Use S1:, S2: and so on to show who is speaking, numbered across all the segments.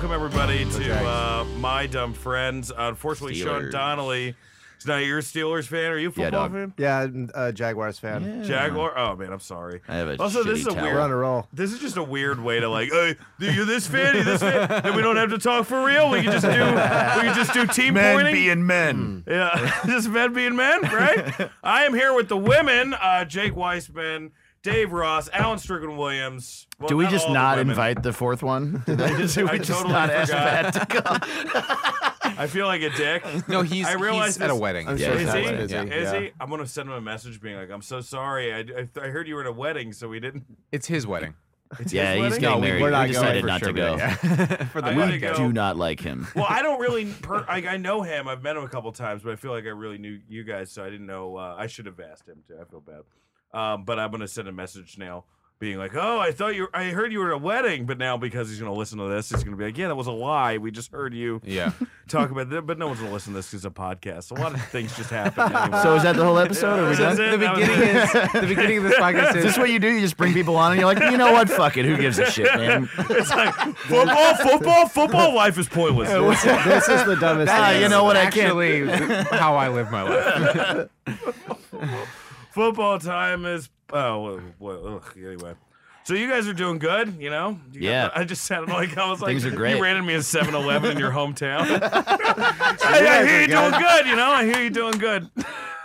S1: Uh, everybody to
S2: Okay.
S1: uh, my dumb friends. Unfortunately, Sean
S3: Steelers.
S1: Donnelly is now you're a Steelers fan. Are you a
S3: Yeah,
S1: football
S3: dog.
S1: fan?
S2: Yeah, I'm a Jaguars fan.
S1: Jaguar. Oh man, I'm sorry.
S3: I have a
S1: also this is a
S3: shitty
S2: We're
S1: weird.
S2: on a roll.
S1: This is just a weird way to like, hey, you're this fan, you're this fan, and we don't have to talk for real. We can just do, we can just do team
S4: Men
S1: pointing.
S4: being men.
S1: Yeah, just men being men, right? I am here with the women: uh, Jake Weissman, Dave Ross, Alan Strickland Williams. Well,
S3: Do we
S1: all
S3: just
S1: the
S3: not
S1: women.
S3: invite the fourth one? Did I just, did
S1: I
S3: we just
S1: totally
S3: not ask
S1: forgot.
S3: Pat to come?
S1: I feel like a dick.
S5: Hmm. No, he's,
S1: I realize
S5: he's at a
S1: this-
S5: wedding.
S2: I'm
S3: Yeah,
S2: sure
S3: it's
S1: Is
S2: he's
S1: he?
S3: not
S2: busy.
S1: Is
S5: yeah.
S1: he? I'm gonna send him a message being like, "I'm so sorry. I, I, I heard you were at a wedding, so we didn't."
S5: It's his wedding.
S3: yeah,
S1: his wedding?
S3: he's getting
S1: No, we-
S3: married.
S2: we're
S3: We,
S2: not
S3: decided
S2: going
S3: not to go.
S5: Yeah. For the
S1: I gotta
S3: We
S1: go.
S3: do not like him.
S1: Well, I don't really. Per- I, I know him. I've met him a couple times, but I feel like I really knew you guys, so I didn't know. Uh, I should have asked him too. I feel bad. Um, but I'm gonna send a message now, being like, "Oh, I thought you. Were, I heard you were at a wedding, but now because he's gonna listen to this, he's gonna be like, yeah, that was a lie. We just heard you
S5: Yeah.
S1: talk about that, but no one's gonna listen to this because it's a podcast. A lot of things just happen. anyway.
S3: So is that the whole episode? Are we
S1: This is
S3: done?
S1: it.
S5: the
S1: That was
S5: beginning
S1: it.
S5: is the beginning of this podcast
S3: Is
S5: is
S3: this what you do? You just bring people on and you're like, you know what? Fuck it. Who gives a shit, man? Uh,
S1: It's like football, football, football. Life is pointless.
S2: This is, this is the dumbest
S3: Ah,
S2: thing.
S3: you know what? I can't.
S5: actually how I live my life.
S1: football time is oh well, well, ugh, anyway. So you guys are doing good, you know. You got-
S3: Yeah.
S1: I just sounded like I was like
S3: Things are great.
S1: You ran into me at 7-Eleven in your hometown. hey, I hear you doing good. You know, I hear you doing good.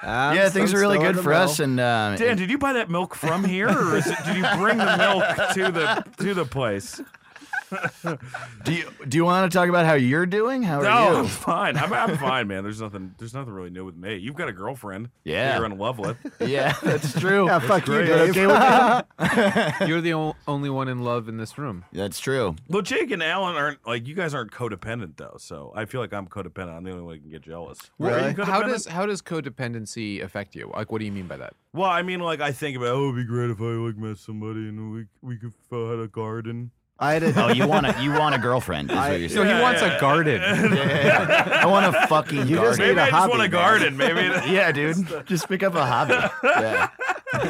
S2: I'm-
S3: Yeah, things
S2: I'm
S3: are really
S2: still in
S3: good
S2: the
S3: for us.
S2: middle.
S3: And um,
S1: Dan, did you buy that milk from here, or is it, did you bring the milk to the to the place?
S3: do you do you want to talk about how you're doing? How are
S1: No, I'm
S3: you?
S1: fine. I'm, I'm fine, man. There's nothing. There's nothing really new with me. You've got a girlfriend. that
S3: Yeah.
S1: you're in love with.
S3: Yeah, that's true.
S2: Yeah, Ah, fuck you,
S1: great.
S2: Dave.
S3: Okay with
S5: You're the o- only one in love in this room.
S3: That's true.
S1: Well, Jake and Alan aren't like you guys aren't codependent though, so I feel like I'm codependent. I'm the only one who can get jealous.
S2: Really?
S1: Are you
S5: How
S1: codependent?
S5: does how does codependency affect you? Like, what do you mean by that?
S1: Well, I mean, like I think about, oh, it'd be great if I like met somebody and we we could fill out a garden.
S2: I had a
S3: Oh, you want a you want a girlfriend? Is what you're saying.
S5: So
S1: Yeah,
S5: he wants
S1: yeah.
S5: a garden.
S3: I want a fucking
S2: You just
S3: garden.
S1: Maybe
S2: need a
S1: I just want a
S2: hobby, man.
S1: garden. Maybe. it-
S3: yeah, dude. Just pick up a hobby. Yeah.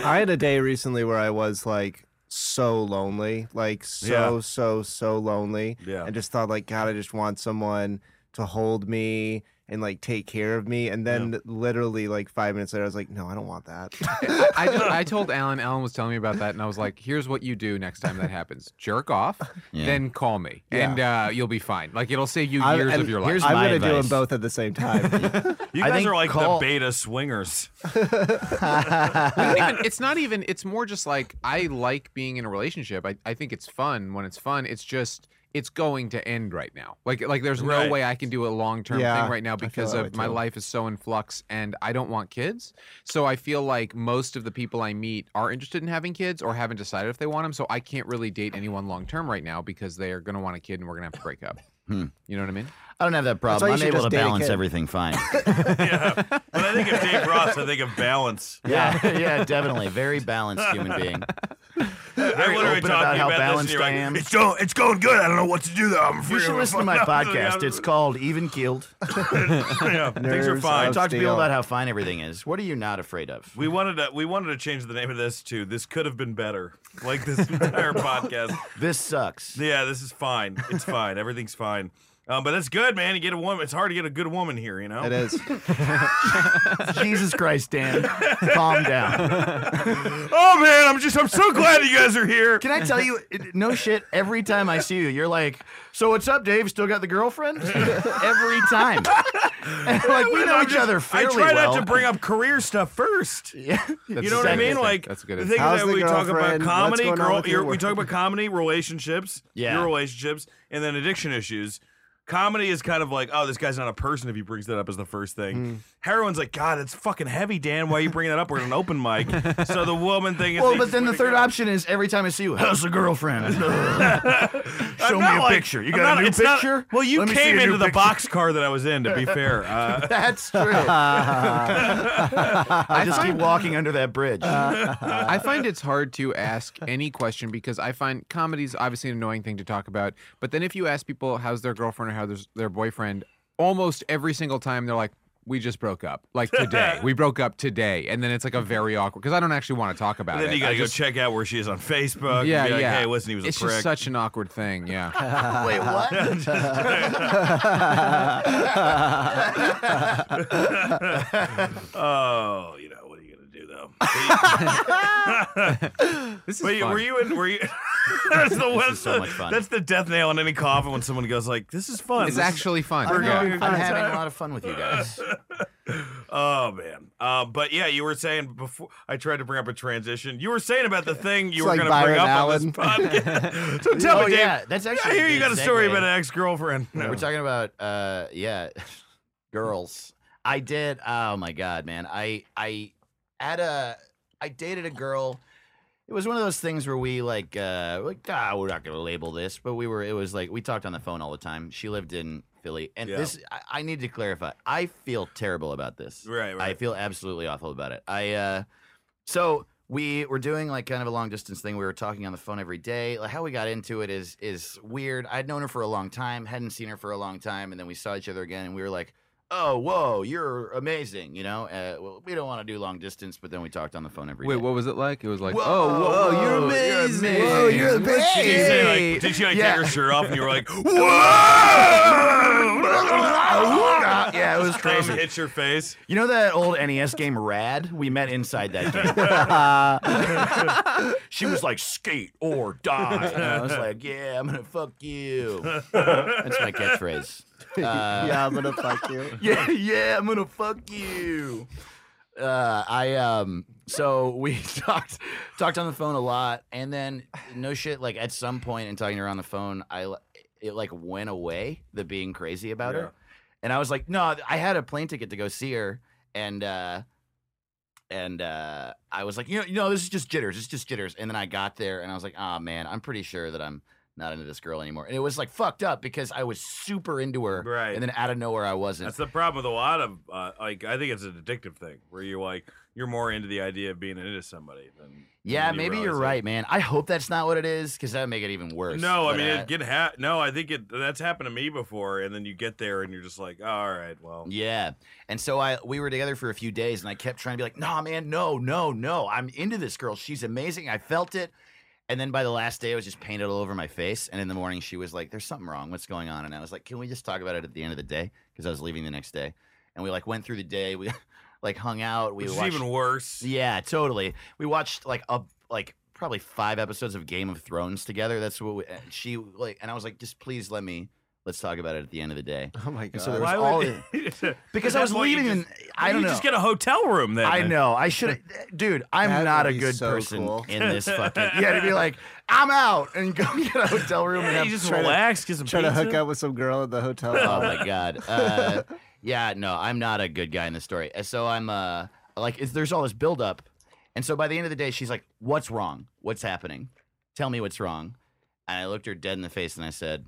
S2: I had a day recently where I was like so lonely, like so
S1: Yeah.
S2: so so lonely,
S1: Yeah.
S2: and just thought like God, I just want someone to hold me and like take care of me. And then literally like five minutes later, I was like, No, I don't want that.
S5: I, just- I told Alan. Alan was telling me about that, and I was like, "Here's what you do next time that happens: jerk off,
S3: Yeah.
S5: then call me,
S2: Yeah.
S5: and uh, you'll be fine. Like, it'll save you
S2: I-
S5: years
S2: and
S5: of your life."
S3: here's-
S2: I'm
S3: my
S2: gonna do them
S3: advice.
S2: both at the same time.
S1: You
S3: I
S1: guys
S3: think
S1: are like
S3: call-
S1: the beta swingers.
S5: We don't even- it's not even. It's more just like I like being in a relationship. I, I think it's fun when it's fun. It's just it's going to end right now. Like like there's no
S1: Right.
S5: way I can do a long term
S2: Yeah,
S5: thing right now
S2: feel
S5: because
S2: that
S5: of
S2: way
S5: my
S2: too.
S5: life is so in flux and I don't want kids. So I feel like most of the people I meet are interested in having kids or haven't decided if they want them. So I can't really date anyone long term right now because they are going to want a kid and we're going to have to break up.
S2: Hmm.
S5: You know what I mean?
S3: I don't have that
S2: why
S3: problem.
S2: you
S3: I'm
S2: should
S3: able
S2: just
S3: to
S2: date a
S3: balance
S2: kid.
S3: everything fine.
S1: yeah. But I think of Dave Ross. I think of balance.
S3: Yeah, yeah, definitely. Very balanced human being.
S1: They're literally
S3: open
S1: talking
S3: about how
S1: this and
S3: balanced
S1: you're
S3: I am.
S1: like, it's going, it's going good. I don't know what to do though. I'm
S3: You
S1: afraid
S3: should
S1: I'm
S3: listen to my
S1: gonna fuck up."
S3: podcast. It's called Even Keeled.
S1: yeah, things are
S2: Nerves
S1: fine.
S3: I
S2: of
S3: talk to people
S2: steel.
S3: about how fine everything is. What are you not afraid of?
S1: We wanted to we wanted to change the name of this to this could have been better. Like this entire podcast.
S3: This sucks.
S1: Yeah, this is fine. It's fine. Everything's fine. Um, but that's good, man. You get a woman. It's hard to get a good woman here, you know.
S2: it is.
S3: Jesus Christ, Dan. Calm down.
S1: Oh man, I'm just I'm so glad you guys are here.
S3: Can I tell you, it- no shit, every time I see you, you're like, so what's up, Dave? Still got the girlfriend? every time. And like, we know
S1: I'm
S3: each
S1: just-
S3: other fairly
S1: I try
S3: well.
S1: not to bring up career stuff first.
S3: yeah.
S5: That's
S1: you know what I
S5: exactly
S1: mean?
S5: it.
S1: Like
S5: that's a good.
S1: the
S5: answer.
S1: thing
S2: How's
S1: that
S2: the
S1: we talk about
S2: girlfriend? What's
S1: comedy,
S2: going on
S1: girl,
S2: with your
S1: your- we
S2: work?
S1: talk about comedy, relationships,
S3: Yeah.
S1: your relationships, and then addiction issues. Comedy is kind of like, oh, this guy's not a person if he brings that up as the first
S3: Hmm.
S1: thing. Heroin's like, God, it's fucking heavy, Dan. Why are you bringing that up? We're at an open mic. so the woman thing is
S3: Well,
S1: the
S3: but then the
S1: easiest way to
S3: third
S1: go.
S3: option is every time I see you, how's the girlfriend? Show me
S1: not
S3: a
S1: like-
S3: picture. You
S1: I'm
S3: got
S1: not-
S3: a new
S1: it's not-
S3: picture?
S1: well, you
S3: Let me see
S1: came
S3: a new
S1: into the
S3: picture.
S1: box car that I was in. To be fair, uh,
S3: That's true. I just keep walking under that bridge.
S5: I find it's hard to ask any question because I find comedy's obviously an annoying thing to talk about. But then if you ask people how's their girlfriend or how there's their boyfriend, almost every single time they're like, we just broke up. Like today, we broke up today, and then it's like a very awkward because I don't actually want to talk about
S1: And then
S5: it.
S1: you gotta
S5: I
S1: go
S5: just-
S1: check out where she is on Facebook. and
S5: Yeah,
S1: be like,
S5: yeah.
S1: Hey, listen, he was a
S5: it's
S1: prick.
S5: just such an awkward thing. Yeah.
S3: Wait, what?
S1: oh, you know what are you gonna do though?
S5: This is
S1: Wait,
S5: fun.
S1: were you in? Were you? that's the that's
S3: so
S1: the-
S3: much fun.
S1: That's the death nail in any coffin when someone goes like, "This is fun."
S5: It's
S1: This is-
S5: actually fun.
S3: I'm,
S1: We're
S5: Yeah.
S1: going-
S3: having, I'm having a lot of fun with you guys.
S1: Oh man. Uh, but yeah, you were saying before I tried to bring up a transition. You were saying about the thing you
S2: It's
S1: were
S2: like
S1: going to
S2: Byron
S1: bring up
S2: Allen.
S1: on this podcast. so tell
S3: oh
S1: me, Dave.
S3: yeah, that's
S1: I
S3: actually.
S1: hear
S3: a
S1: you
S3: good
S1: got a story
S3: segue.
S1: about an ex-girlfriend. No.
S3: We're talking about uh yeah, girls. I did oh my god, man. I I had a I dated a girl. It was one of those things where we like uh like ah we're not gonna label this, but we were it was like we talked on the phone all the time. She lived in Philly. And
S1: Yeah.
S3: this I, I need to clarify. I feel terrible about this.
S1: right,
S3: I
S1: right.
S3: feel absolutely awful about it. I uh so we were doing like kind of a long distance thing. We were talking on the phone every day. Like how we got into it is is weird. I'd known her for a long time, hadn't seen her for a long time, and then we saw each other again, and we were like, "Oh, whoa, you're amazing," you know. Uh, well, we don't want to do long distance, but then we talked on the phone every day.
S5: Wait, what was it like? It was like,
S3: Whoa,
S5: oh, whoa,
S3: whoa,
S5: you're
S3: you're
S5: amazing.
S3: amazing. Whoa, you're the
S5: What
S1: did you say, like, did she like
S3: Yeah.
S1: take her shirt off and you were like, whoa?
S3: yeah, it was
S1: Dave
S3: crazy.
S1: hits your face.
S3: You know that old NES game Rad? We met inside that game. she was like, skate or die. And I was like, yeah, I'm going to fuck you. That's my catchphrase. Uh,
S2: yeah, I'm gonna fuck you.
S3: yeah, yeah, I'm gonna fuck you. Uh, I um, so we talked talked on the phone a lot, and then no shit, like at some point in talking to her on the phone, I li- it like went away the being crazy about
S1: Yeah.
S3: her, and I was like, no, I had a plane ticket to go see her, and uh, and uh, I was like, you know, you know, this is just jitters, it's just jitters, and then I got there, and I was like, ah, man, I'm pretty sure that I'm. Not into this girl anymore, and it was like fucked up because I was super into her,
S1: Right.
S3: And then out of nowhere, I wasn't.
S1: That's the problem with a lot of uh, like. I think it's an addictive thing where you're like you're more into the idea of being into somebody than
S3: Yeah,
S1: than you
S3: maybe you're
S1: realize it.
S3: right, man. I hope that's not what it is, because that would make it even worse.
S1: No, I
S3: But,
S1: mean
S3: uh,
S1: it get ha- no. I think it that's happened to me before, and then you get there and you're just like, oh, all right, well,
S3: yeah. And so I we were together for a few days, and I kept trying to be like, "Nah, man, no, no, no. I'm into this girl. She's amazing. I felt it." And then by the last day, it was just painted all over my face. And in the morning, she was like, "There's something wrong. What's going on?" And I was like, "Can we just talk about it at the end of the day?" Because I was leaving the next day, and we like went through the day. We like hung out. We
S1: which is
S3: watched
S1: even worse.
S3: Yeah, totally. We watched like a like probably five episodes of Game of Thrones together. That's what we, and she like, and I was like, just please let me. Let's talk about it at the end of the day
S2: Oh my
S3: And so there
S2: god.
S3: was-
S1: Why
S3: all
S1: would,
S3: in- because I was leaving.
S1: You
S3: and
S1: just,
S3: I
S1: you
S3: don't know.
S1: just get a hotel room then.
S3: I know. I should, dude. I'm
S2: That
S3: not
S2: would
S3: a
S2: be
S3: good
S2: so
S3: person
S2: cool.
S3: in this fucking. Yeah, to be like, I'm out and go get a hotel room and
S1: Yeah,
S3: have
S1: you just
S3: try to-
S1: relax, get some
S2: Try to
S1: pizza.
S2: hook up with some girl at the hotel.
S3: Oh my god. Uh, yeah, no, I'm not a good guy in this story. Uh, So I'm uh like it's, there's all this buildup, and so by the end of the day, she's like, "What's wrong? What's happening? Tell me what's wrong." And I looked her dead in the face and I said,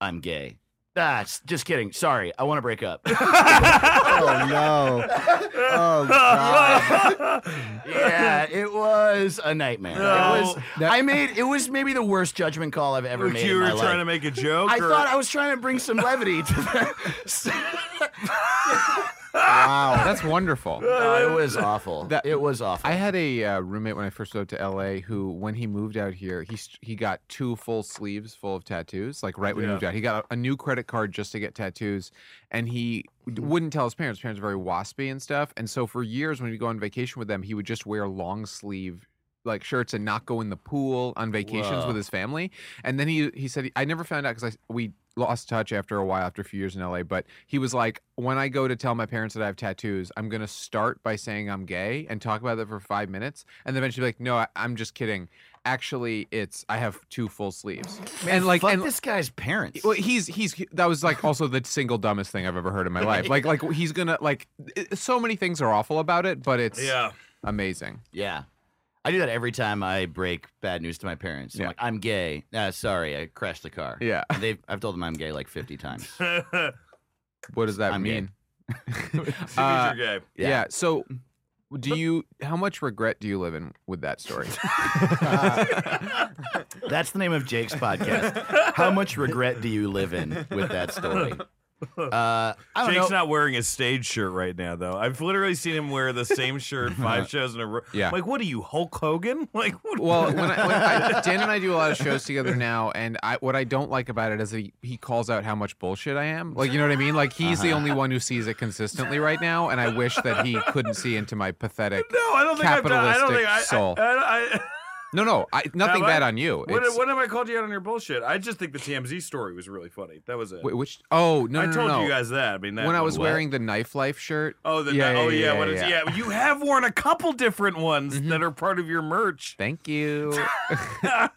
S3: "I'm gay." Ah, s- just kidding. Sorry, I want to break up.
S2: oh no. Oh god.
S3: yeah, it was a nightmare. It was.
S2: No.
S3: I made it was maybe the worst judgment call I've ever
S1: Like
S3: made.
S1: you
S3: in
S1: were
S3: my
S1: trying
S3: life.
S1: to make a joke.
S3: I
S1: or-
S3: thought I was trying to bring some levity to that.
S2: Wow.
S5: That's wonderful.
S3: No, it was awful.
S5: That-
S3: it was awful.
S5: I had a uh, roommate when I first moved to LA who, when he moved out here, he st- he got two full sleeves full of tattoos. Like right when
S1: Yeah.
S5: he moved out, he got a, a new credit card just to get tattoos, and he d- wouldn't tell his parents. His parents were very waspy and stuff, and so for years when we go on vacation with them, he would just wear long sleeve. Like shirts and not go in the pool on vacations
S3: Whoa.
S5: with his family, and then he he said I never found out because I we lost touch after a while after a few years in LA but he was like when I go to tell my parents that I have tattoos I'm gonna start by saying I'm gay and talk about that for five minutes and then eventually be like no I, I'm just kidding actually it's I have two full sleeves and like
S3: fuck
S5: and
S3: this guy's parents.
S5: well, he's he's that was like also the single dumbest thing I've ever heard in my life like like he's gonna like it- so many things are awful about it but it's
S1: Yeah.
S5: amazing
S3: yeah. I do that every time I break bad news to my parents. I'm
S5: Yeah.
S3: like, I'm gay. Uh, sorry, I crashed the car.
S5: yeah
S3: And They've, I've told them I'm gay like 50 times.
S5: what does that
S3: I'm gay.
S5: mean Uh,
S1: Signature game.
S5: yeah.
S3: Yeah.
S5: So,
S6: Mm.
S5: do you? How much regret do you live in with that story?
S6: Uh,
S3: That's the name of Jake's podcast. How much regret do you live in with that story?
S6: Uh, I don't
S1: Jake's
S6: know.
S1: not wearing his stage shirt right now, though. I've literally seen him wear the same shirt five shows in a row.
S5: Yeah.
S1: Like, what are you, Hulk Hogan? Like, what?
S5: Well, when, I, when I, Dan and I do a lot of shows together now, and I, what I don't like about it is that he, he calls out how much bullshit I am. Like, you know what I mean? Like, he's
S6: Uh-huh.
S5: the only one who sees it consistently right now, and I wish that he couldn't see into my pathetic.
S1: no, I don't think I've done. I don't
S5: capitalistic
S1: think I.
S5: soul.
S1: I, I, I,
S5: No, no, I, nothing
S1: Have I?
S5: bad on you.
S1: what,
S5: It's-
S1: what have I called you out on your bullshit? I just think the TMZ story was really funny. That was it.
S5: wh- which? Oh no,
S1: I
S5: no, no,
S1: told
S5: no.
S1: you guys that. I mean, that
S5: when I
S1: one
S5: was wearing the knife life shirt.
S1: Oh, the
S5: Yeah,
S1: oh yeah,
S5: yeah, yeah, Mm-hmm.
S1: what is- yeah. You have worn a couple different ones that are part of your merch.
S5: Thank you.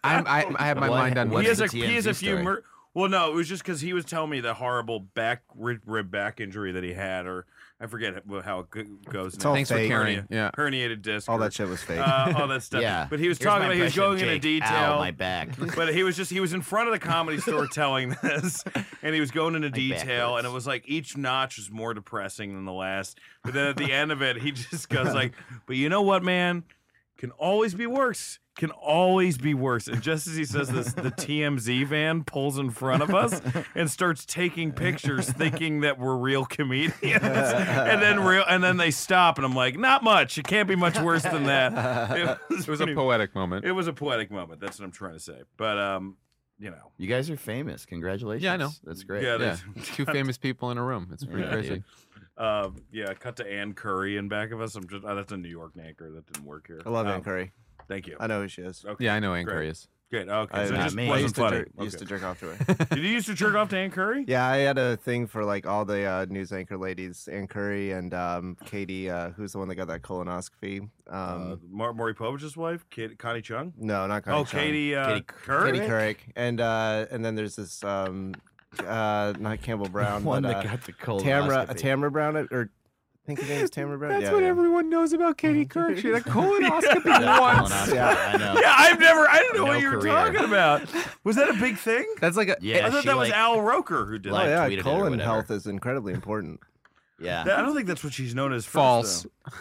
S5: I'm, I, I have my
S6: What-
S5: mind on
S6: what
S5: what.
S1: he
S6: is
S1: has a
S6: the
S1: he has a
S6: TMZ
S1: few
S6: story?
S1: mer- Well, no, it was just because he was telling me the horrible back rib, rib back injury that he had, or I forget how- how it go- goes.
S2: It's all
S5: Thanks for
S2: fake.
S5: caring. Yeah.
S1: herniated disc,
S2: All
S1: or,
S2: that shit was fake.
S1: uh, all that stuff.
S6: Yeah,
S1: but he was
S6: Here's
S1: talking
S6: my
S1: about he was going
S6: impression,
S1: into
S6: Jake.
S1: detail.
S6: Ow, my back.
S1: but he was just he was in front of the comedy store telling this and he was going into
S6: back
S1: detail and it
S6: hurts.
S1: was like each notch was more depressing than the last but then at the end of it he just goes like but you know what man can always be worse can always be worse and just as he says this the tmz van pulls in front of us and starts taking pictures thinking that we're real comedians and then real and then they stop and i'm like not much it can't be much worse than that it was,
S5: It was a
S1: pretty-
S5: poetic moment.
S1: it was a poetic moment. That's what I'm trying to say. But um, you know,
S6: You guys are famous. Congratulations.
S5: Yeah, I know.
S6: That's great.
S1: Yeah,
S5: yeah,
S1: there's-
S5: two famous people in a room. It's pretty
S6: Yeah,
S5: crazy.
S6: dude.
S1: um, yeah. Cut to Ann Curry in back of us. I'm just oh, that's a New York anchor that didn't work here.
S2: I love
S1: Um,
S2: Ann Curry.
S1: Thank you.
S2: I know who she is.
S1: Okay.
S5: Yeah, I know Ann
S1: Great.
S5: Curry is.
S1: Good. Okay.
S2: I-
S1: so it
S6: not
S1: just
S6: me. I
S2: I
S1: wasn't
S2: used to,
S1: funny.
S2: jerk, used
S1: Okay.
S2: to jerk off to her.
S1: Did you used to jerk off to Ann Curry?
S2: yeah, I had a thing for like all the uh, news anchor ladies, Ann Curry and um, Katie, uh, who's the one that got that colonoscopy. Um,
S1: Uh, Mar- Maury Povich Wife, Kid- Connie Chung.
S2: no, not Connie
S1: oh,
S2: Chung.
S1: Katie, uh,
S6: Katie-
S1: Couric?
S2: Katie Couric, and uh, and then there's this um, uh, not Campbell Brown,
S6: One
S2: but,
S6: that
S2: uh,
S6: got the cold.
S2: Tamra, uh, Tamra Brown, uh, or I think her name is Tamra Brown. yeah, yeah.
S5: everyone knows about Katie Couric. She had a colonoscopy
S2: Yeah.
S6: I know.
S1: Yeah, I've never. I didn't know
S6: No
S1: what you were
S6: career.
S1: talking about. Was that a big thing?
S5: That's like a.
S6: Yeah,
S1: I thought
S6: she,
S1: that was
S6: like-
S1: Al Roker who did
S2: Oh
S6: Like,
S1: that.
S2: yeah,
S6: tweeted it or
S2: colon
S6: whatever.
S2: health is incredibly important.
S6: Yeah.
S1: That- I don't think that's what she's known as. first,
S5: False.
S1: though.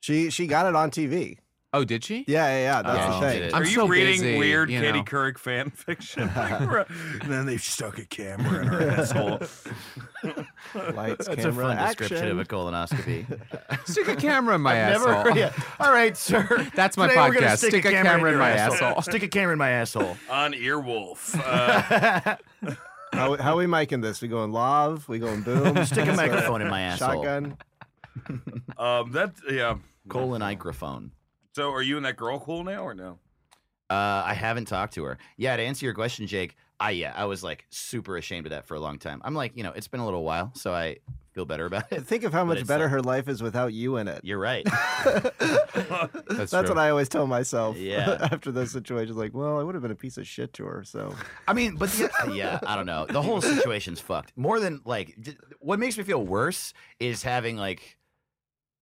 S2: She she got it on TV.
S5: Oh, did she?
S2: Yeah, yeah, yeah. That's
S6: Oh.
S2: the
S6: Did
S2: thing.
S6: it.
S5: I'm
S1: Are you
S5: so
S1: reading
S5: busy,
S1: weird
S5: you
S1: Katie
S5: know.
S1: Couric fan fiction? and then they stuck a camera in her asshole.
S2: Lights,
S6: That's a
S2: camera,
S6: fun description of
S2: action.
S6: a colonoscopy.
S5: Stick a camera in my
S6: I've
S5: asshole.
S6: Never, yeah. All right, sir.
S5: That's my
S6: Today we're gonna
S5: podcast. Stick a camera in
S6: your
S5: my asshole.
S6: stick a camera in my asshole.
S1: On Earwolf. Uh,
S2: How, how we micing this? We going live? We going boom?
S6: stick a
S2: Sorry.
S6: microphone in my asshole.
S2: Shotgun.
S1: um, that yeah.
S6: Colon microphone.
S1: So are you and that girl cool now or no?
S6: Uh, I haven't talked to her. Yeah, to answer your question, Jake, I yeah, I was like super ashamed of that for a long time. I'm like, you know, it's been a little while, so I feel better about it.
S2: Think of how much
S6: it's
S2: better
S6: like-
S2: her life is without you in it.
S6: You're right.
S2: That's
S5: That's, true.
S2: what I always tell myself.
S6: Yeah.
S2: after those situations, like, well, I would have been a piece of shit to her. So
S6: I mean, but the, yeah, I don't know. The whole situation's fucked. More than like, d- what makes me feel worse is having like,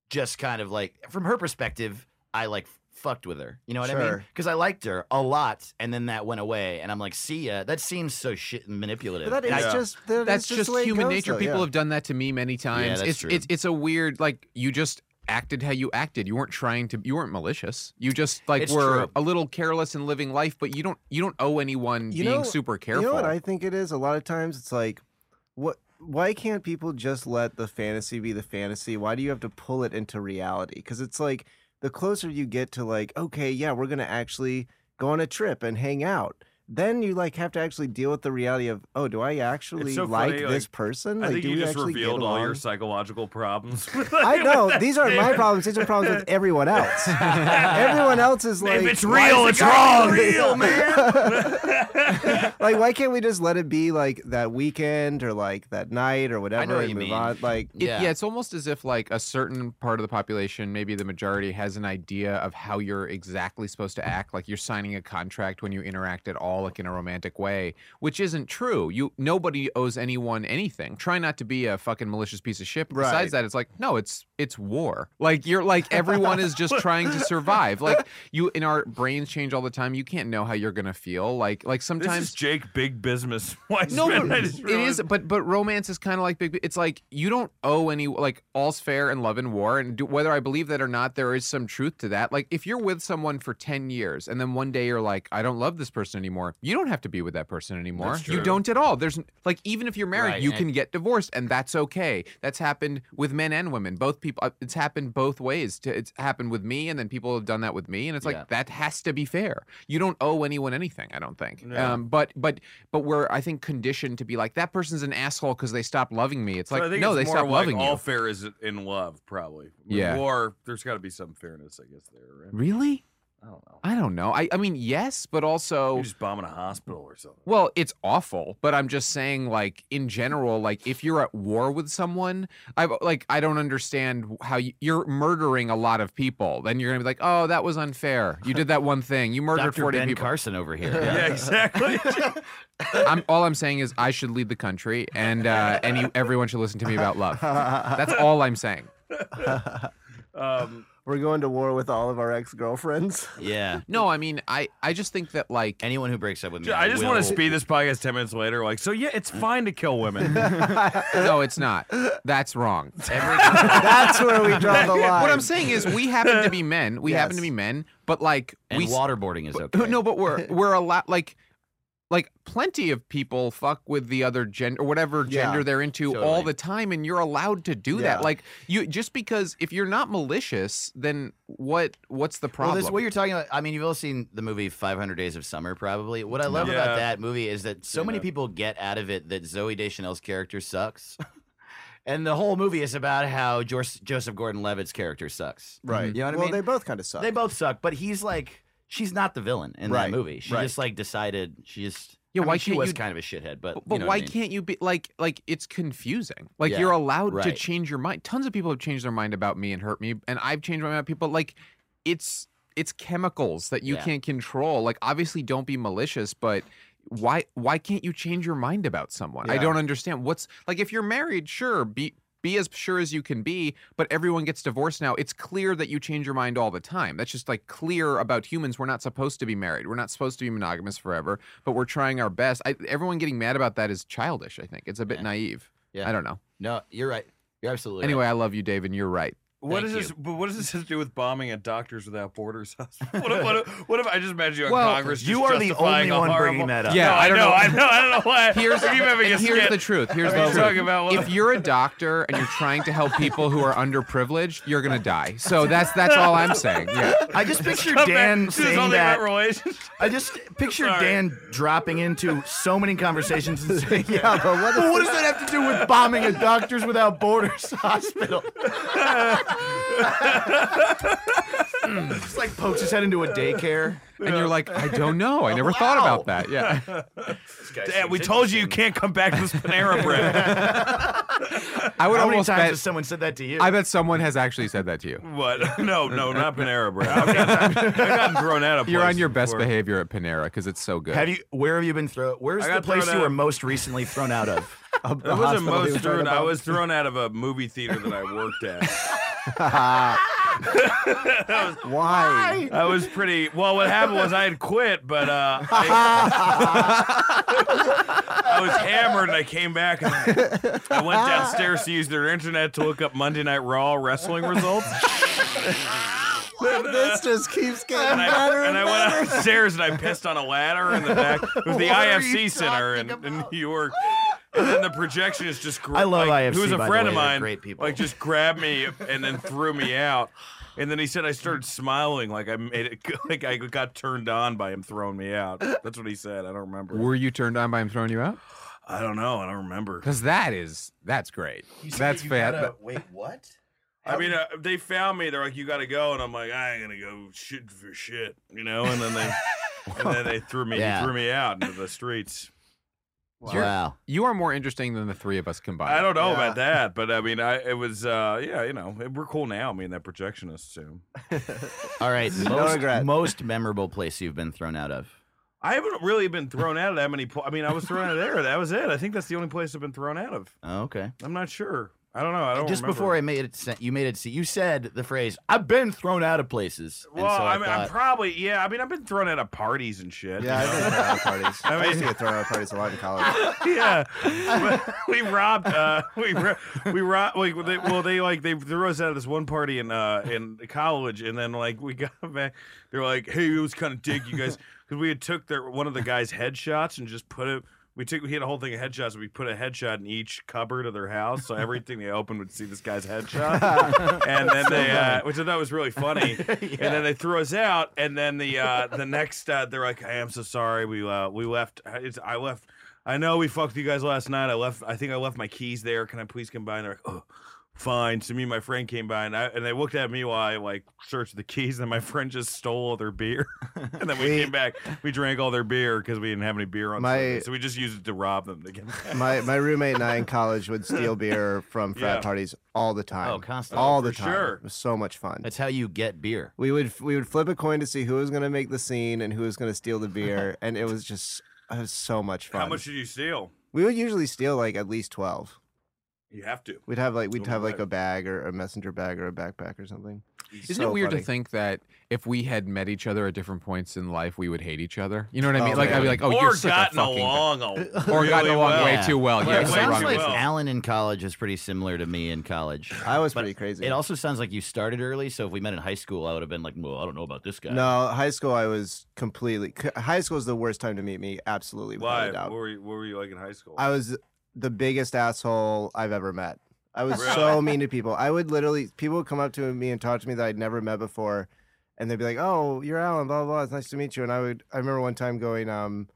S6: just kind of like, from her perspective, I like fucked with her. You know what I mean?
S2: Sure.
S6: Because I liked her a lot, and then that went away, and I'm like, see ya. That seems so shit manipulative.
S2: but that is
S6: And I-
S1: Yeah.
S2: just that
S5: That's
S2: is
S5: just
S2: the way it
S5: human
S2: goes,
S5: nature.
S2: though,
S5: People
S2: yeah.
S5: have done that to me many times.
S6: that's
S5: it's
S6: true.
S5: it's it's a weird like you just acted how you acted. You weren't trying to. You weren't malicious. You just like
S6: It's
S5: were
S6: true.
S5: a little careless in living life. But you don't you don't owe anyone
S2: You
S5: being
S2: know-
S5: super careful.
S2: You know what I think it is? A lot of times it's like, what? Why can't people just let the fantasy be the fantasy? Why do you have to pull it into reality? Because it's like the closer you get to like, okay, yeah, we're gonna actually go on a trip and hang out. Then you like have to actually deal with the reality of, oh, do I actually
S1: so
S2: like
S1: funny,
S2: this
S1: like,
S2: person?
S1: I
S2: like,
S1: think
S2: do
S1: you
S2: we
S1: just
S2: actually get
S1: revealed all your
S2: along?
S1: psychological problems.
S2: I know these aren't my problems. These are problems with everyone else. everyone else is like,
S1: if it's
S2: why
S1: real,
S2: is
S1: it's
S2: it gotta
S1: wrong.
S2: be
S1: Real man.
S2: like why can't we just let it be like that weekend or like that night or whatever
S6: what
S2: and
S6: you
S2: move
S6: mean.
S2: on like
S5: It- yeah.
S6: yeah.
S5: it's almost as if like a certain part of the population, maybe the majority, has an idea of how you're exactly supposed to act. Like you're signing a contract when you interact at all, like in a romantic way, which isn't true. You nobody owes anyone anything. Try not to be a fucking malicious piece of shit. But Besides
S2: Right.
S5: that, it's like no, it's it's war. Like you're like everyone is just trying to survive. Like you in our brains change all the time. You can't know how you're gonna feel. Like like
S1: This
S5: sometimes
S1: is Jake Big Business. Why
S5: no,
S1: spend- I
S5: but
S1: just
S5: it
S1: realized-
S5: is. But but romance is kind of like big. It's like you don't owe any. Like all's fair in love and war, and do, whether I believe that or not, there is some truth to that. Like if you're with someone for ten years and then one day you're like, I don't love this person anymore, anymore, you don't have to be with that person anymore.
S6: That's
S5: You
S6: true.
S5: don't at all. There's n- like even if you're married,
S6: Right,
S5: you
S6: and-
S5: can get divorced, and that's okay. That's happened with men and women. Both people. uh, It's happened both ways. To- It's happened with me, and then people have done that with me, and it's like
S6: Yeah.
S5: that has to be fair. You don't owe anyone anything. I don't think.
S1: Yeah.
S5: Um, but but but we're I think conditioned to be like that person's an asshole because they stopped loving me. It's
S1: So
S5: like
S1: I think
S5: no,
S1: it's
S5: they
S1: more
S5: stopped
S1: like
S5: loving
S1: all
S5: you.
S1: fair is in love, probably.
S5: Yeah.
S1: Or there's got to be some fairness, I guess, there. Right?
S5: Really?
S1: I don't know.
S5: I don't know. I, I mean, yes, but also,
S1: You're just bombing a hospital or something.
S5: well, it's awful. But I'm just saying, like in general, like if you're at war with someone, I like I don't understand how you, you're murdering a lot of people. Then you're gonna be like, oh, that was unfair. You did that one thing. You murdered
S6: Dr.
S5: 40
S6: Ben
S5: people.
S6: Carson over here.
S1: Yeah, exactly.
S5: I'm all I'm saying is I should lead the country, and uh, and you, everyone should listen to me about love. That's all I'm saying.
S1: um,
S2: We're going to war with all of our ex girlfriends.
S6: yeah.
S5: No, I mean I I just think that like
S6: Anyone who breaks up with me,
S1: ju- I just want
S6: will-
S1: to speed this podcast 10 minutes later. Like, so yeah, it's fine to kill women.
S5: no, it's not. That's wrong.
S6: Every,
S2: That's where we draw the line.
S5: What I'm saying is, we happen to be men. We happen to
S2: Yes.
S5: be men, but like
S6: and
S5: we
S6: waterboarding is
S5: but-
S6: okay.
S5: No, but we're we're a lot like like plenty of people fuck with the other gender or whatever
S2: Yeah,
S5: gender they're into all
S6: totally.
S5: the time and you're allowed to do
S2: Yeah.
S5: that. Like you just because if you're not malicious, then what what's the problem?
S6: Well, this what you're talking about. I mean, you've all seen the movie 500 Days of Summer, probably. What I love
S1: Yeah.
S6: about that movie is that so
S1: Seen
S6: many
S1: it.
S6: people get out of it that Zoe Deschanel's character sucks, and the whole movie is about how Jor- Joseph Gordon-Levitt's character sucks.
S2: right.
S6: You know what I
S2: well,
S6: mean?
S2: they both kind of suck.
S6: They both suck, but he's like, she's not the villain in
S2: Right,
S6: that movie. She
S2: right.
S6: just like decided she just.
S5: Yeah,
S6: I mean,
S5: why
S6: she
S5: can't
S6: was
S5: you-
S6: kind of a shithead, but
S5: but
S6: you know what
S5: why
S6: I mean.
S5: can't you be like like it's confusing? Like
S6: Yeah,
S5: you're allowed to
S6: right.
S5: change your mind. Tons of people have changed their mind about me and hurt me, and I've changed my mind about people. Like it's it's chemicals that you
S6: Yeah.
S5: can't control. Like obviously don't be malicious, but why why can't you change your mind about someone? I
S2: Yeah.
S5: don't understand. What's like if you're married, sure, be be as sure as you can be, but everyone gets divorced now. It's clear that you change your mind all the time. That's just like clear about humans. We're not supposed to be married. We're not supposed to be monogamous forever, but we're trying our best. I, everyone getting mad about that is childish, I think. It's a bit
S6: Yeah.
S5: naive.
S6: Yeah.
S5: I don't know.
S6: No, you're right. You're absolutely
S5: Anyway, I love you, David. and You're right.
S1: What does
S6: Thank you.
S1: this? But what does this have to do with bombing at Doctors Without Borders? hospital? what, if, what, if, what if I just imagine you on
S5: Well,
S1: Congress?
S6: you
S1: just
S6: are the
S1: justifying
S6: only
S1: a
S6: one
S1: horrible...
S6: bringing that up.
S5: Yeah,
S1: no,
S5: I don't
S1: know,
S5: know.
S1: I know. I don't know why.
S5: Here's,
S1: I keep having a
S5: and here's
S1: skit.
S5: the truth. Here's
S1: I mean,
S5: the truth.
S1: talking about what-
S5: if you're a doctor and you're trying to help people who are underprivileged, you're gonna die. So that's that's all I'm saying. Yeah.
S6: I just picture
S1: Come back.
S6: Dan
S1: This is
S6: saying
S1: only
S6: that.
S1: about relations.
S6: I just picture
S1: Sorry.
S6: Dan dropping into so many conversations and saying,
S2: yeah, but what,
S6: Well,
S2: if
S6: what does that have to do with bombing a Doctors Without Borders hospital? Just like pokes his head into a daycare.
S5: And you're like, I don't know. I never thought about that. Yeah.
S1: Dan, we told you you can't come back to this Panera Bread.
S5: I would
S6: How many
S5: almost
S6: times
S5: bet.
S6: has someone said that to you?
S5: I bet someone has actually said that to you.
S1: what? No, no, not Panera Bread. I've gotten, I've gotten thrown out of.
S5: You're on
S1: places
S5: your best
S1: before.
S5: behavior at Panera because it's so good.
S6: have you? Where have you been thrown? Where's
S1: I
S6: the
S1: got
S6: place
S1: thrown
S6: you were
S1: out.
S6: most recently thrown out of?
S2: the,
S1: It wasn't most thrown. I
S2: about?
S1: was thrown out of a movie theater that I worked at.
S2: Why?
S1: I was pretty well. What happened was I had quit, but uh, I, I was hammered, and I came back. And I, I went downstairs to use their internet to look up Monday Night Raw wrestling results,
S2: this just keeps
S1: and
S2: getting better
S1: I, and
S2: and,
S1: I
S2: better.
S1: went upstairs and I pissed on a ladder in the back. It was the
S6: What are
S1: IFC
S6: you
S1: Center in,
S6: talking
S1: in
S6: about?
S1: New York. And then the projectionist just grabbed.
S6: I love
S1: like,
S6: IFC,
S1: Who was a
S6: by the
S1: friend
S6: way,
S1: of
S6: they're
S1: mine?
S6: great people.
S1: Like just grabbed me and then threw me out. And then he said I started smiling, like I made it, like I got turned on by him throwing me out. That's what he said. I don't remember.
S5: Were you turned on by him throwing you out?
S1: I don't know. I don't remember.
S5: Because that is that's great. That's fair.
S6: wait, what?
S1: I mean, uh, they found me. They're like, "You got to go," and I'm like, "I ain't gonna go shit for shit," you know. And then they, and then they threw me,
S6: Yeah.
S1: threw me out into the streets.
S6: Wow.
S5: You are more interesting than the three of us combined.
S1: I don't know
S2: Yeah.
S1: about that, but I mean, I it was, uh, yeah, you know, we're cool now. Me and that projectionist too.
S6: All right.
S2: No
S6: most-
S2: regret.
S6: most memorable place you've been thrown out of.
S1: I haven't really been thrown out of that many. Pl- I mean, I was thrown out of there. That was it. I think that's the only place I've been thrown out of.
S6: Oh, okay.
S1: I'm not sure. I don't know. I don't
S6: Just
S1: remember.
S6: before I made it, sen- you made it. See, you said the phrase, "I've been thrown out of places." And
S1: Well,
S6: so
S1: I mean, I'm
S6: thought-
S1: probably yeah. I mean, I've been thrown out of parties and shit.
S2: Yeah,
S1: you
S2: I've been
S1: know?
S2: to throw out parties.
S1: I
S2: I, used
S1: mean-
S2: to get thrown out of parties a lot in college.
S1: yeah. we we robbed. Uh, we ro- we robbed. Like they, well, they like they threw us out of this one party in uh in college, and then like we got back. They were like, "Hey, it was kind of dig you guys," because we had took their one of the guys' headshots and just put it. We took we had a whole thing of headshots. And we put a headshot in each cupboard of their house, so everything they opened would see this guy's headshot. and then they, uh, which I thought was really funny. And then they threw us out. And then the uh, the next, uh, they're like, "I am so sorry. We uh, we left. It's, I left. I know we fucked you guys last night. I left. I think I left my keys there. Can I please come by?" And they're like, "Oh, fine." So me and my friend came by, and I, and they looked at me while I like searched the keys. And my friend just stole all their beer, and then we came back. We drank all their beer because we didn't have any beer on.
S2: My-
S1: Sunday. so we just used it to rob them. To get back.
S2: My my roommate and I in college would steal beer from frat
S1: Yeah.
S2: parties all the time.
S6: Oh, constantly.
S2: All
S1: Oh,
S2: the
S1: for
S2: time.
S1: sure.
S2: It was so much fun.
S6: That's how you get beer.
S2: we would we would flip a coin to see who was going to make the scene and who was going to steal the beer, and it was just it was so much fun.
S1: How much did you steal?
S2: we would usually steal like at least twelve.
S1: You have to.
S2: We'd have like
S1: Oh
S2: we'd
S1: my
S2: have like
S1: God.
S2: a bag or a messenger bag or a backpack or something.
S5: Isn't
S2: so
S5: it weird
S2: funny.
S5: to think that if we had met each other at different points in life, we would hate each other? You know what I
S2: Oh,
S5: mean? like I'd
S2: man.
S5: be like, oh,
S1: or
S5: you're such
S1: gotten
S5: a fucking.
S1: along, a
S5: Or
S1: really
S5: gotten along
S1: well.
S5: way too well.
S6: Well,
S5: Yeah,
S6: it
S5: you're
S6: sounds
S5: wrong.
S1: way
S6: like
S1: too well.
S6: Alan in college was pretty similar to me in college.
S2: I was
S6: But
S2: pretty crazy.
S6: It also sounds like you started early, so if we met in high school, I would have been like, "Well, I don't know about this guy."
S2: no, high school I was completely. c- High school is the worst time to meet me, absolutely without
S1: Why?
S2: a
S1: What
S2: doubt.
S1: were you, what were you like in high school?
S2: I was the biggest asshole I've ever met. I was
S1: Really?
S2: so mean to people. I would literally people would come up to me and talk to me that I'd never met before, and they'd be like, "Oh, you're Alan, blah blah. blah. It's nice to meet you." And I would. I remember one time going, um,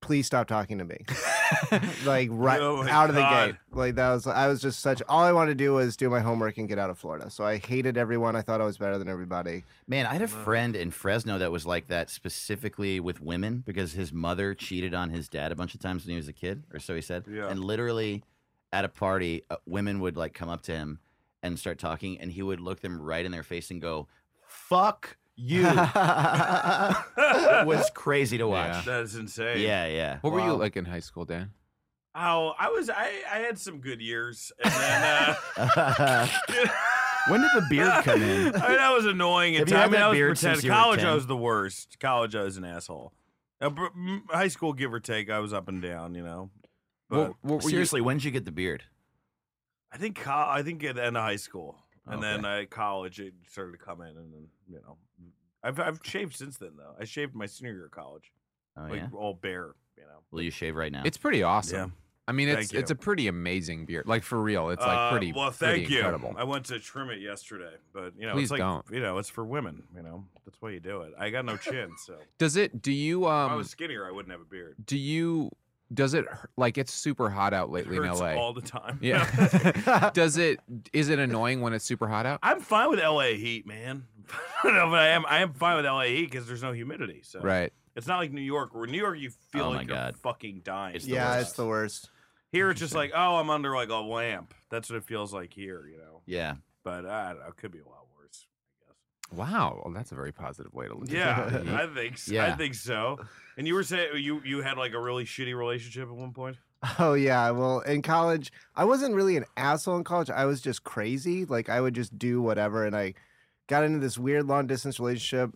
S2: "Please stop talking to me," like right
S1: Oh my
S2: out of
S1: God.
S2: the gate. Like that was. I was just such. All I wanted to do was do my homework and get out of Florida. So I hated everyone. I thought I was better than everybody.
S6: Man, I had a
S1: Wow.
S6: friend in Fresno that was like that specifically with women because his mother cheated on his dad a bunch of times when he was a kid, or so he said.
S1: Yeah.
S6: And literally at a party, uh, women would like come up to him and start talking, and he would look them right in their face and go, fuck you. it was crazy to watch.
S1: That is insane.
S6: Yeah, yeah.
S5: What were you
S2: Wow.
S5: like in high school, Dan?
S1: Oh, I was. I I had some good years, and then. Uh,
S6: when did the beard come in?
S1: I mean, that was annoying.
S6: Have
S1: And
S6: you
S1: I
S6: had
S1: mean,
S6: that
S1: I was
S6: beard
S1: pretend-
S6: since you were
S1: college.
S6: 10?
S1: I was the worst. College, I was an asshole. Uh, br- m- high school, give or take, I was up and down. You know, but
S5: What, what were
S6: Seriously, when did you get the beard?
S1: I think co- I think at the end of high school, and then
S6: Okay.
S1: I college it started to come in, and then you know, I've I've shaved since then though. I shaved my senior year of college,
S6: Oh,
S1: like
S6: yeah.
S1: all bare. You know,
S6: Will you shave right now?
S5: you? It's pretty awesome.
S1: Yeah.
S5: I mean, it's
S1: Thank you.
S5: it's a pretty amazing beard. Like for real, it's like
S1: Uh,
S5: pretty.
S1: well, thank
S5: pretty
S1: you.
S5: Incredible.
S1: I went to trim it yesterday, but you know,
S5: Please
S1: it's like
S5: don't.
S1: you know, it's for women. You know, that's why you do it. I got no chin, so
S5: Does it? Do you?
S1: if I
S5: Um.
S1: was skinnier, I wouldn't have a beard.
S5: Do you? Does it? hurt- Like it's super hot out
S1: It
S5: lately in
S1: hurts
S5: LA.
S1: all the time.
S5: yeah. does it? Is it annoying when it's super hot out?
S1: I'm fine with LA heat, man. no, but I am I am fine with LA heat because there's no humidity. So
S5: Right.
S1: it's not like New York. Where in New York, you feel
S6: Oh my
S1: like you're
S6: God.
S1: fucking dying.
S6: It's the
S2: yeah,
S6: worst.
S2: it's the worst.
S1: Here, it's just like, oh, I'm under like a lamp. That's what it feels like here, you know.
S6: yeah.
S1: But I don't know. It could be a lot worse. I guess.
S5: Wow. Well, that's a very positive way to look. at
S1: Yeah,
S5: it.
S1: I think so. I
S6: Yeah.
S1: think so. And you were saying you you had like a really shitty relationship at one point.
S2: Oh yeah, well in college I wasn't really an asshole in college. I was just crazy. Like I would just do whatever and I got into this weird long distance relationship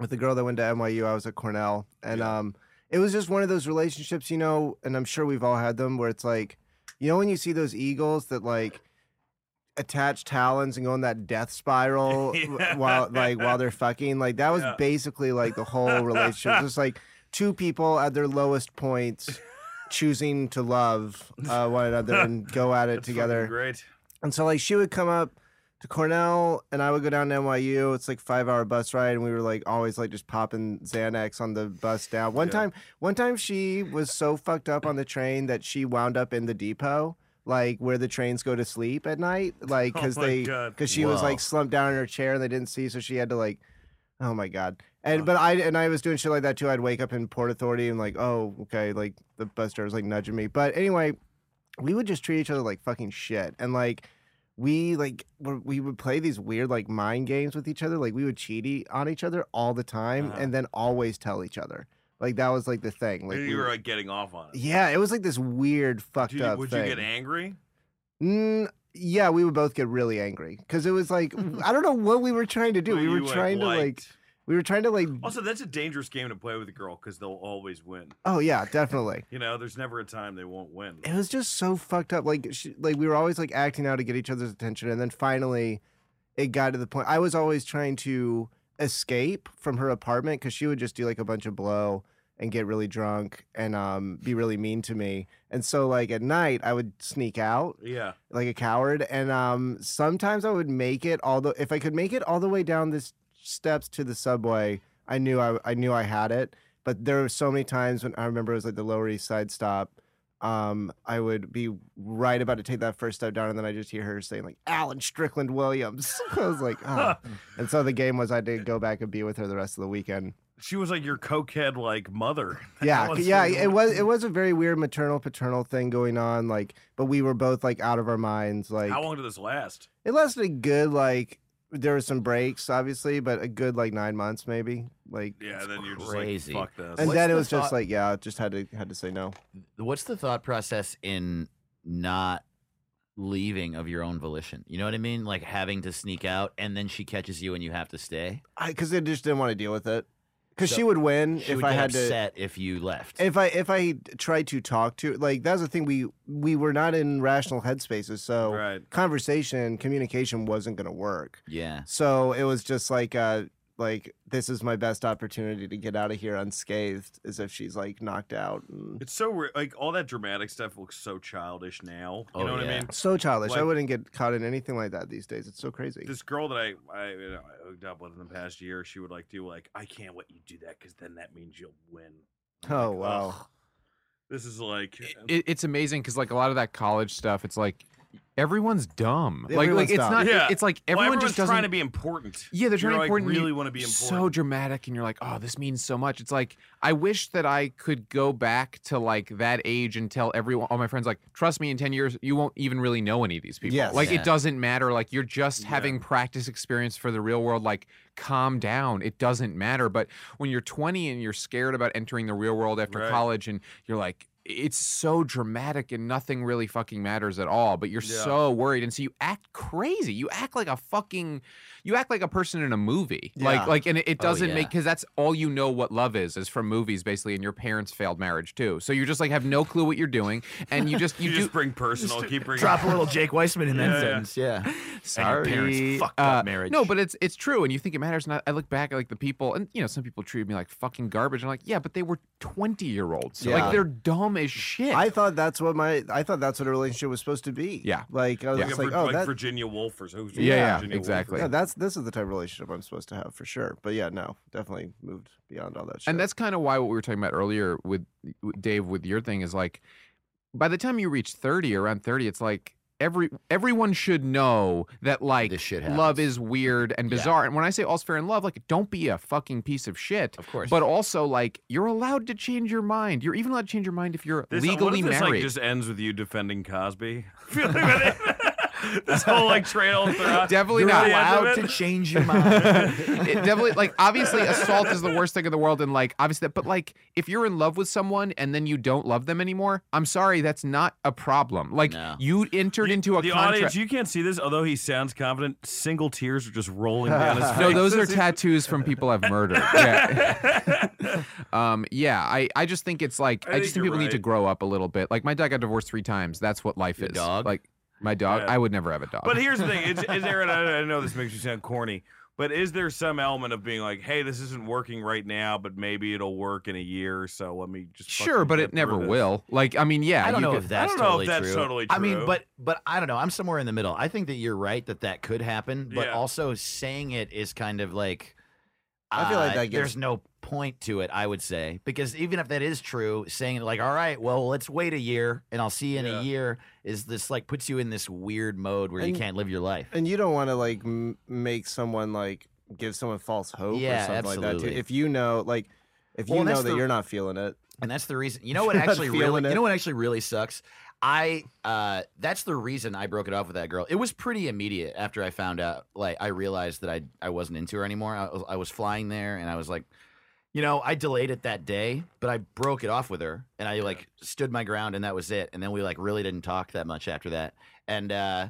S2: with the girl that went to NYU. I was at Cornell and um it was just one of those relationships, you know, and I'm sure we've all had them where it's like you know when you see those eagles that like attach talons and go in that death spiral w-
S1: Yeah.
S2: while like while they're fucking like that was
S1: Yeah.
S2: basically like the whole relationship just like two people at their lowest points choosing to love uh, one another and go at it
S1: That's fucking
S2: together
S1: Great.
S2: and so like she would come up to cornell and i would go down to nyu it's like five hour bus ride and we were like always like just popping xanax on the bus down one
S1: Yeah.
S2: time one time she was so fucked up on the train that she wound up in the depot like where the trains go to sleep at night like
S1: Oh
S2: because
S1: my
S2: they
S1: God.
S2: because she was
S6: Whoa.
S2: like slumped down in her chair and they didn't see so she had to like oh my god and
S1: Wow.
S2: but i and i was doing shit like that too i'd wake up in port authority and like oh okay like the bus driver was like nudging me but anyway we would just treat each other like fucking shit and like we like were- we would play these weird like mind games with each other like we would cheat e- on each other all the time
S1: Uh-huh.
S2: and then always tell each other like that was like the thing like
S1: you
S2: we-
S1: were like getting off on it.
S2: yeah it was like this weird fucked
S1: Did you-
S2: up
S1: would
S2: thing
S1: you get angry?
S2: Mm, yeah, we would both get really angry because it was like I don't know what we were trying to do.
S1: Who
S2: We were
S1: you, like,
S2: trying to like
S1: liked.
S2: we were trying to like
S1: Also, that's a dangerous game to play with a girl because they'll always win.
S2: oh yeah, definitely.
S1: You know, there's never a time they won't win.
S2: It was just so fucked up. Like she, like we were always like acting out to get each other's attention, and then finally, it got to the point. I was always trying to escape from her apartment because she would just do like a bunch of blow and get really drunk and um be really mean to me. And so like at night, I would sneak out
S1: Yeah.
S2: like a coward and um sometimes i would make it all the if i could make it all the way down the s- steps to the subway i knew i, I knew i had it but there were so many times when i remember it was like the lower east side stop um i would be right about to take that first step down and then i just hear her saying like alan strickland williams i was like oh. and so the game was i had to go back and be with her the rest of the weekend
S1: she was like your cokehead like mother.
S2: yeah
S1: was
S2: c- yeah
S1: really
S2: it was it was a very weird maternal paternal thing going on like but we were both like out of our minds like
S1: How long did this last?
S2: It lasted a good like there were some breaks, obviously, but a good like nine months maybe. Like
S1: Yeah, then you're just
S6: crazy.
S1: like, fuck this.
S2: and
S6: What's
S2: then it
S6: the
S2: was just
S6: thought-
S2: like, yeah, just had to had to say no.
S6: What's the thought process in not leaving of your own volition? You know what I mean? Like having to sneak out and then she catches you and you have to stay.
S2: I because I just didn't want to deal with it. Because
S6: So
S2: she would win
S6: She
S2: if
S6: would
S2: I
S6: get
S2: had to.
S6: upset if you left.
S2: If I if I tried to talk to like that's the thing we we were not in rational headspaces, so
S1: right.
S2: conversation communication wasn't gonna work.
S6: yeah.
S2: So it was just like uh like this is my best opportunity to get out of here unscathed, as if she's like knocked out. And...
S1: It's so weird. Like all that dramatic stuff looks so childish now. You
S6: Oh,
S1: know what I
S6: yeah.
S1: mean?
S2: So childish. I
S1: Like-
S2: wouldn't get caught in anything like that these days. It's so crazy.
S1: This girl that I I, you know, I hooked up with in the past year, she would like do like I can't let you do that because then that means you'll win. I'm
S2: oh
S1: like,
S2: wow.
S1: ugh. This is like uh,
S5: It- It, it's amazing because like a lot of that college stuff, it's like everyone's dumb. like
S2: Everyone's
S5: like it's
S2: dumb.
S5: not.
S1: Yeah.
S5: It's like
S1: well,
S5: everyone
S1: everyone's
S5: just doesn't.
S1: trying to be important.
S5: yeah, they're
S1: You're
S5: trying to
S1: like,
S5: important.
S1: really want to be important.
S5: so dramatic, and you're like, oh, this means so much. It's like I wish that I could go back to like that age and tell everyone, all my friends, like, trust me, in ten years you won't even really know any of these people.
S2: Yes.
S5: Like
S6: Yeah.
S5: it doesn't matter. Like you're just
S1: Yeah.
S5: having practice experience for the real world. Like calm down. It doesn't matter. But when you're 20 and you're scared about entering the real world after
S1: Right.
S5: college and you're like it's so dramatic and nothing really fucking matters at all but you're
S1: Yeah.
S5: so worried and so you act crazy you act like a fucking you act like a person in a movie like
S2: Yeah.
S5: like and it, it
S6: Oh,
S5: doesn't make
S6: yeah.
S5: because that's all you know what love is is from movies basically and your parents failed marriage too so you just like have no clue what you're doing and you just
S1: You,
S5: you,
S1: just
S5: do
S1: bring personal. Keep bringing
S6: Drop a little Jake Weissman in that
S1: Yeah, yeah.
S6: sentence. Yeah.
S5: sorry
S6: parents fucked up
S5: Uh,
S6: marriage.
S5: no but it's it's true and you think it matters and I, I look back at like the people and you know some people treat me like fucking garbage i'm like yeah but they were 20 year olds so
S2: Yeah.
S5: like they're dumb as shit
S2: I thought that's what my I thought that's what a relationship was supposed to be.
S5: Yeah.
S2: Like I was
S5: Yeah.
S1: like,
S2: just
S1: a
S2: like,
S1: Vir-
S2: oh,
S1: like
S2: that,
S1: Virginia Woolf or who's
S5: Yeah, yeah,
S1: Virginia Woolf or
S5: exactly.
S2: yeah, that's this is the type of relationship I'm supposed to have for sure. But yeah, no, definitely moved beyond all that shit.
S5: And that's kind of why what we were talking about earlier with with Dave with your thing is like by the time you reach 30 around 30 it's like every everyone should know that like
S6: This shit
S5: love
S6: happens.
S5: is weird and
S6: Yeah.
S5: bizarre and when I say all's fair in love like don't be a fucking piece of shit
S6: Of course.
S5: but also like you're allowed to change your mind you're even allowed to change your mind if you're
S1: This, what
S5: legally
S1: if this, Like,
S5: married
S1: just ends with you defending Cosby. I feel like this whole like trail throughout.
S5: definitely
S1: You're
S5: not
S1: the end of
S6: allowed
S1: it.
S6: to change your mind.
S5: it definitely like obviously assault is the worst thing in the world and like obviously that but like if you're in love with someone and then you don't love them anymore i'm sorry that's not a problem like
S6: No.
S5: you entered
S1: You-
S5: into a
S1: the
S5: contract
S1: audience, you can't see this, although he sounds confident. Single tears are just rolling down his face.
S5: no those are
S1: This is-
S5: tattoos from people i've murdered yeah um yeah i i just think it's like
S1: I
S5: i,
S1: think
S5: just think
S1: you're
S5: people need to
S1: right.
S5: grow up a little bit like my dad got divorced three times that's what life
S6: Your
S5: is
S6: dog?
S5: like my dog
S1: Yeah.
S5: i would never have a dog
S1: But here's the thing: is, is there? And I, I know this makes you sound corny, but is there some element of being like, "Hey, this isn't working right now, but maybe it'll work in a year"? So let me just
S5: sure
S1: fucking
S5: but
S1: get
S5: it never
S1: through this.
S5: will like i mean yeah
S6: I don't
S5: you
S6: know
S5: could-
S6: if that's
S1: I don't know
S6: totally
S1: if that's
S6: true.
S1: totally true.
S6: I mean, but but I don't know. I'm somewhere in the middle. I think that you're right that that could happen, but
S1: Yeah.
S6: also saying it is kind of like
S2: I feel like
S6: uh,
S2: that gets-
S6: there's no point to it. I would say because even if that is true, saying it like, all right, well, let's wait a year and I'll see you in
S1: Yeah.
S6: a year is this like puts you in this weird mode where
S2: And-
S6: you can't live your life.
S2: and you don't want to like m- make someone like give someone false hope or
S6: Yeah,
S2: something like that too.
S6: absolutely.
S2: If you know like if you
S6: Well,
S2: know
S6: that's
S2: that
S6: the-
S2: you're not feeling it,
S6: And that's the reason. You know what
S2: You're not
S6: actually
S2: feeling
S6: really.
S2: it.
S6: You know what actually really sucks. I. Uh, that's the reason I broke it off with that girl. It was pretty immediate after I found out. Like I realized that I I wasn't into her anymore. I, was- I was flying there, and I was like, you know, I delayed it that day, but I broke it off with her, and I like stood my ground, and that was it. And then we like really didn't talk that much after that. And uh,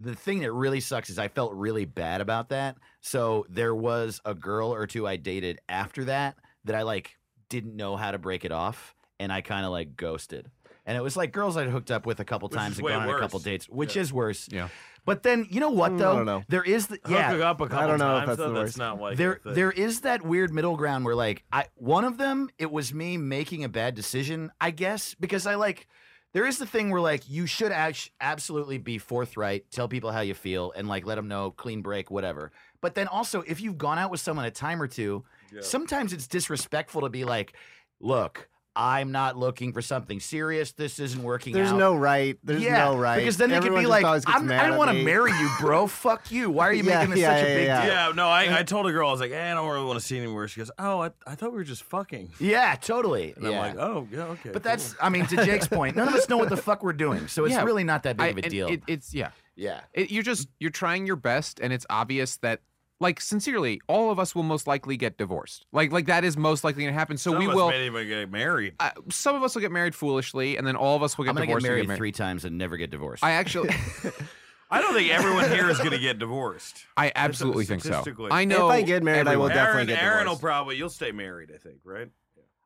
S6: the thing that really sucks is I felt really bad about that. So there was a girl or two I dated after that that I like didn't know how to break it off, and I kind of like ghosted. And it was like girls I'd hooked up with a couple
S1: Which
S6: times
S1: is
S6: and
S1: way
S6: gone on a couple
S1: worse.
S6: dates, which
S1: Yeah.
S6: is worse.
S5: Yeah.
S6: But then you know
S2: Mm,
S6: what
S2: I
S6: though?
S2: don't know.
S6: There is the yeah
S1: Hooking up a couple
S2: don't know if
S1: times,
S2: that's
S1: though,
S2: the
S1: that's
S2: worst.
S1: not like
S6: there
S1: the-
S6: there is that weird middle ground where like I one of them it was me making a bad decision, I guess, because I like there is the thing where like you should act, absolutely be forthright, tell people how you feel and like let them know clean break whatever. But then also if you've gone out with someone a time or two,
S1: Yeah.
S6: sometimes it's disrespectful to be like, look, I'm not looking for something serious. This isn't working
S2: There's
S6: out.
S2: no right. There's
S6: yeah,
S2: no right.
S6: Because then they could
S2: Everyone
S6: be
S2: just
S6: like,
S2: always gets
S6: I'm,
S2: mad
S6: I don't
S2: at
S6: want to
S2: me.
S6: marry you, bro. Fuck you. Why are you
S2: Yeah,
S6: making this
S2: yeah,
S6: such a
S2: yeah,
S6: big
S2: yeah.
S6: deal?
S1: yeah, no, I, I told a girl I was like, eh, I don't really want to see anywhere. She goes, Oh, I, I thought we were just fucking.
S6: Yeah, totally.
S1: And
S6: yeah.
S1: I'm like, Oh, yeah, okay.
S6: but
S1: cool."
S6: that's, I mean, to Jake's point, none of us know what the fuck we're doing. So it's
S5: Yeah.
S6: really not that big
S5: I-
S6: of a
S5: and
S6: deal.
S5: It, it's yeah.
S6: yeah.
S5: It, you're just you're trying your best, and it's obvious that like sincerely, all of us will most likely get divorced. Like like that is most likely gonna happen. So
S1: Some
S5: we
S1: of us
S5: will.
S1: may even get married.
S5: Uh, some of us will get married foolishly, and then all of us will get
S6: I'm going to get
S5: divorced. and
S6: married three times and never get divorced.
S5: I actually,
S1: I don't think everyone here is going to get divorced.
S5: I absolutely think so.
S1: statistically.
S5: I
S1: If
S5: know.
S2: I get married, I will
S5: everyone.
S2: definitely
S1: Aaron,
S2: get
S1: Aaron will
S2: divorced.
S1: probably you'll stay married, I think, right?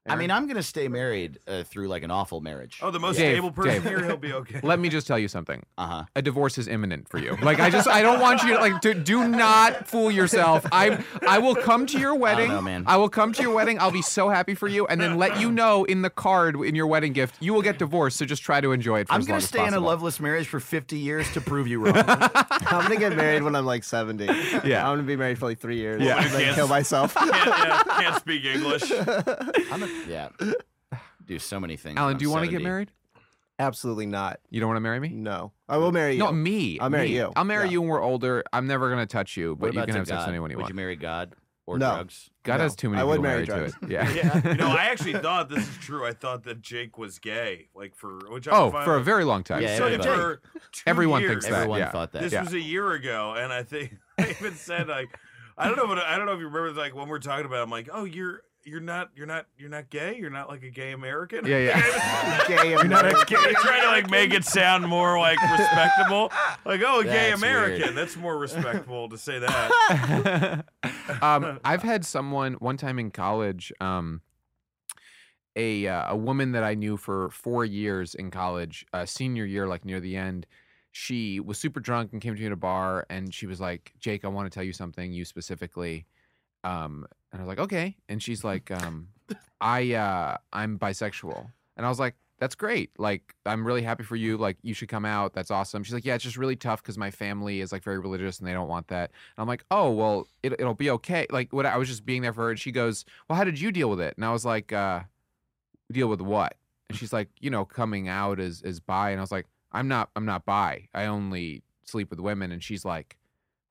S6: I mean, I'm going to stay married uh, through like an awful marriage.
S1: Oh, the most
S5: Dave,
S1: stable person
S5: Dave.
S1: here, he'll be okay.
S5: Let me just tell you something.
S6: Uh huh.
S5: A divorce is imminent for you. Like I just, I don't want you to like. To, do not fool yourself. I, I will come to your wedding.
S6: know, man.
S5: I will come to your wedding. I'll be so happy for you, and then let you know in the card in your wedding gift you will get divorced. So just try to enjoy it. For
S6: I'm
S5: going to
S6: stay in a loveless marriage for 50 years to prove you wrong.
S2: I'm gonna get married when I'm like 70. Yeah, I'm gonna be married for like three years.
S5: Yeah.
S2: and then kill myself.
S1: can't, yeah, can't speak English.
S6: I'm a, yeah. Do so many things. when
S5: Alan,
S6: I'm
S5: do you want to get
S6: 70.
S5: married?
S2: Absolutely not.
S5: You don't want to marry me?
S2: No, I will marry you.
S5: No, me.
S2: I'll marry
S5: me.
S2: you.
S5: I'll marry
S2: Yeah.
S5: you when we're older. I'm never gonna touch you,
S6: What
S5: but you
S6: about
S5: can
S6: to
S5: have sex with
S6: God?
S5: anyone you
S6: Would
S5: want.
S6: you marry God or
S2: No.
S6: drugs?
S5: God
S2: No.
S5: has too many
S2: I would
S5: people
S2: marry
S5: married to it.
S2: drugs.
S5: Yeah.
S1: You know, I actually thought this is true. I thought that Jake was gay, like for which I'm
S5: oh,
S1: fine
S5: for a
S1: with.
S5: very long time.
S6: Yeah,
S1: So
S6: everybody.
S1: for two
S5: Everyone
S1: years,
S5: thinks that.
S6: Everyone
S5: yeah.
S6: thought that.
S1: This
S5: Yeah.
S1: was a year ago, and I think I even said like, I don't know, but I don't know if you remember like when we're talking about. It, I'm like, oh, you're you're not you're not you're not gay. You're not like a gay American.
S5: Yeah, yeah.
S2: Gay and not
S1: Gay- trying to like make it sound more like respectable. Like, oh, a gay
S6: That's
S1: American.
S6: weird.
S1: That's more respectful to say that.
S5: um, I've had someone one time in college, um, a uh, a woman that I knew for four years in college, uh, senior year, like near the end. She was super drunk and came to me at a bar, and she was like, "Jake, I want to tell you something, you specifically." Um, and I was like, "Okay." And she's like, um, "I uh, I'm bisexual," and I was like. That's great. Like, I'm really happy for you. Like, you should come out. That's awesome. She's like, yeah, it's just really tough because my family is like very religious and they don't want that. And I'm like, oh, well, it, it'll be okay. Like, what I was just being there for her. And she goes, well, how did you deal with it? And I was like, uh, deal with what? And she's like, you know, coming out as, as bi. And I was like, I'm not, I'm not bi. I only sleep with women. And she's like,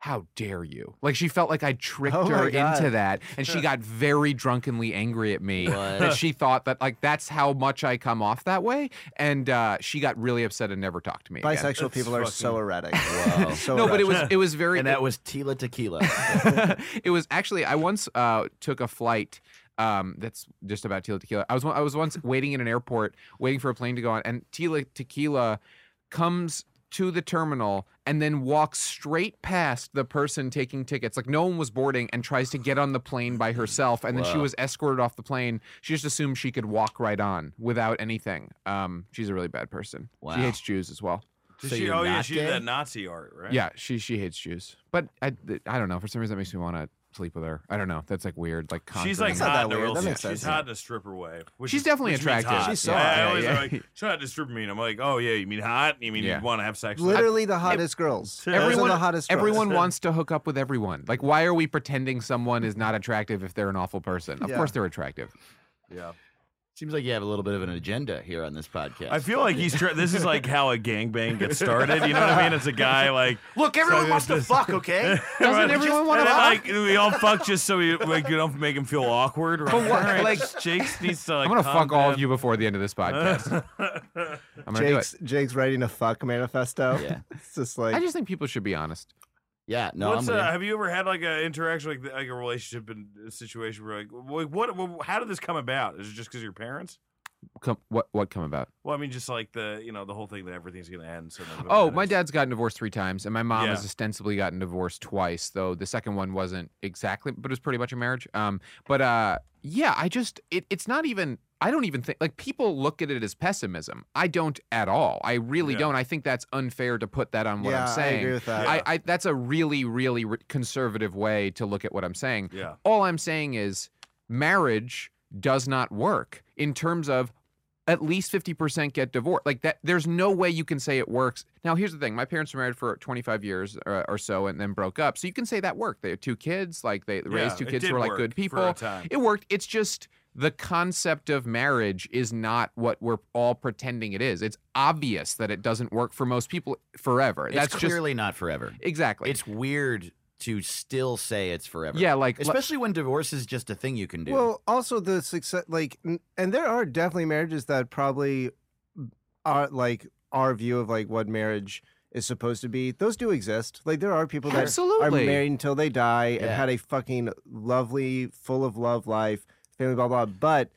S5: how dare you? Like, she felt like I tricked
S2: Oh my
S5: her into
S2: God.
S5: that. And she got very drunkenly angry at me that
S6: What?
S5: she thought that, like, that's how much I come off that way. And uh, she got really upset and never talked to me. again.
S2: Bisexual
S1: That's
S2: people are so erratic.
S6: Wow.
S2: So
S5: No, but it was
S1: Gotcha.
S5: it was very
S6: and that was Tila Tequila.
S5: it was actually I once uh, took a flight. Um, that's just about Tila Tequila. I was one- I was once waiting in an airport, waiting for a plane to go on, and Tila Tequila comes to the terminal and then walks straight past the person taking tickets. Like no one was boarding, and tries to get on the plane by herself. And then she
S6: Wow.
S5: was escorted off the plane. She just assumed she could walk right on without anything. Um, she's a really bad person.
S6: Wow.
S5: She hates Jews as well.
S1: Did
S6: So
S1: she,
S6: you're
S1: oh yeah,
S6: not
S1: she did
S6: gay?
S1: that Nazi art, right?
S5: Yeah, she she hates Jews. But I th- I don't know. For some reason, that makes me want to sleep with her. I don't know. That's like weird. Like
S1: She's
S5: conjuring.
S1: like
S2: not
S1: hot in
S2: that
S1: a
S2: weird.
S1: real
S2: That
S1: sense.
S2: makes
S1: She's
S2: sense, yeah.
S1: hot in a stripper way. which
S5: She's
S1: is-
S5: definitely
S1: which means
S5: attractive.
S1: hot.
S2: She's so
S1: yeah,
S2: hot,
S1: I
S5: yeah,
S1: always
S5: yeah.
S1: am like, she's hot to stripper mean. I'm like, oh yeah, you mean hot? You mean
S5: Yeah.
S1: you want to have sex? with her?
S2: literally the hottest girls. Those are
S5: Everyone-
S2: the hottest. Girls.
S5: everyone wants to hook up with everyone. Like, why are we pretending someone is not attractive if they're an awful person? Of
S2: Yeah.
S5: course, they're attractive.
S1: Yeah.
S6: Seems like you have a little bit of an agenda here on this podcast.
S1: I feel like he's. Tra- this is like how a gangbang gets started. You know what I mean? It's a guy like.
S6: Look,
S1: So
S6: everyone wants to
S1: this-
S6: fuck, okay?
S5: Doesn't everyone want
S1: And
S5: to?
S1: then, like we all fuck just so we like you don't make him feel awkward. Right?
S5: But what-
S1: All right,
S5: like-
S1: Jake needs to. Like,
S5: I'm gonna
S1: calm
S5: fuck all
S1: down.
S5: of you before the end of this podcast. I'm gonna
S2: Jake's Jake's writing a fuck manifesto.
S6: Yeah.
S2: It's just
S5: do
S2: like
S5: it. I just think people should be honest.
S6: Yeah, no,
S1: What's,
S6: I'm
S1: uh,
S6: with you.
S1: have you ever had like an interaction like th- like a relationship and a situation where like wh- what, what how did this come about? Is it just because your parents?
S5: come what what come about?
S1: Well, I mean, just like the you know the whole thing that everything's gonna end. So none of it
S5: Oh, my
S1: matters.
S5: dad's gotten divorced three times, and my mom has
S1: Yeah.
S5: ostensibly gotten divorced twice, though the second one wasn't exactly, but it was pretty much a marriage. Um, but uh, yeah, I just it, it's not even. I don't even think like people look at it as pessimism. I don't at all. I really
S1: Yeah.
S5: don't. I think that's unfair to put that on what
S2: yeah,
S5: I'm saying.
S2: I agree with that.
S1: Yeah.
S5: I, I that's a really really re- conservative way to look at what I'm saying.
S1: Yeah.
S5: All I'm saying is marriage does not work in terms of at least 50% get divorced. Like that there's no way you can say it works. Now here's the thing, my parents were married for 25 years uh, or, or so and then broke up. So you can say that worked. They had two kids, like they raised
S1: Yeah,
S5: two
S1: it
S5: kids who
S1: did
S5: were like
S1: work
S5: good
S1: for a
S5: people.
S1: time.
S5: It worked. It's just the concept of marriage is not what we're all pretending it is. It's obvious that it doesn't work for most people forever.
S6: It's
S5: That's just
S6: clearly not forever.
S5: exactly.
S6: It's weird to still say it's forever.
S5: Yeah, like le-
S6: Especially when divorce is just a thing you can do.
S2: Well, also the success, like, n- and there are definitely marriages that probably uh, are like our view of like what marriage is supposed to be. Those do exist. Like, there are people that are
S5: absolutely.
S2: married until they die and
S6: Yeah.
S2: had a fucking lovely, full of love life, family, blah blah. But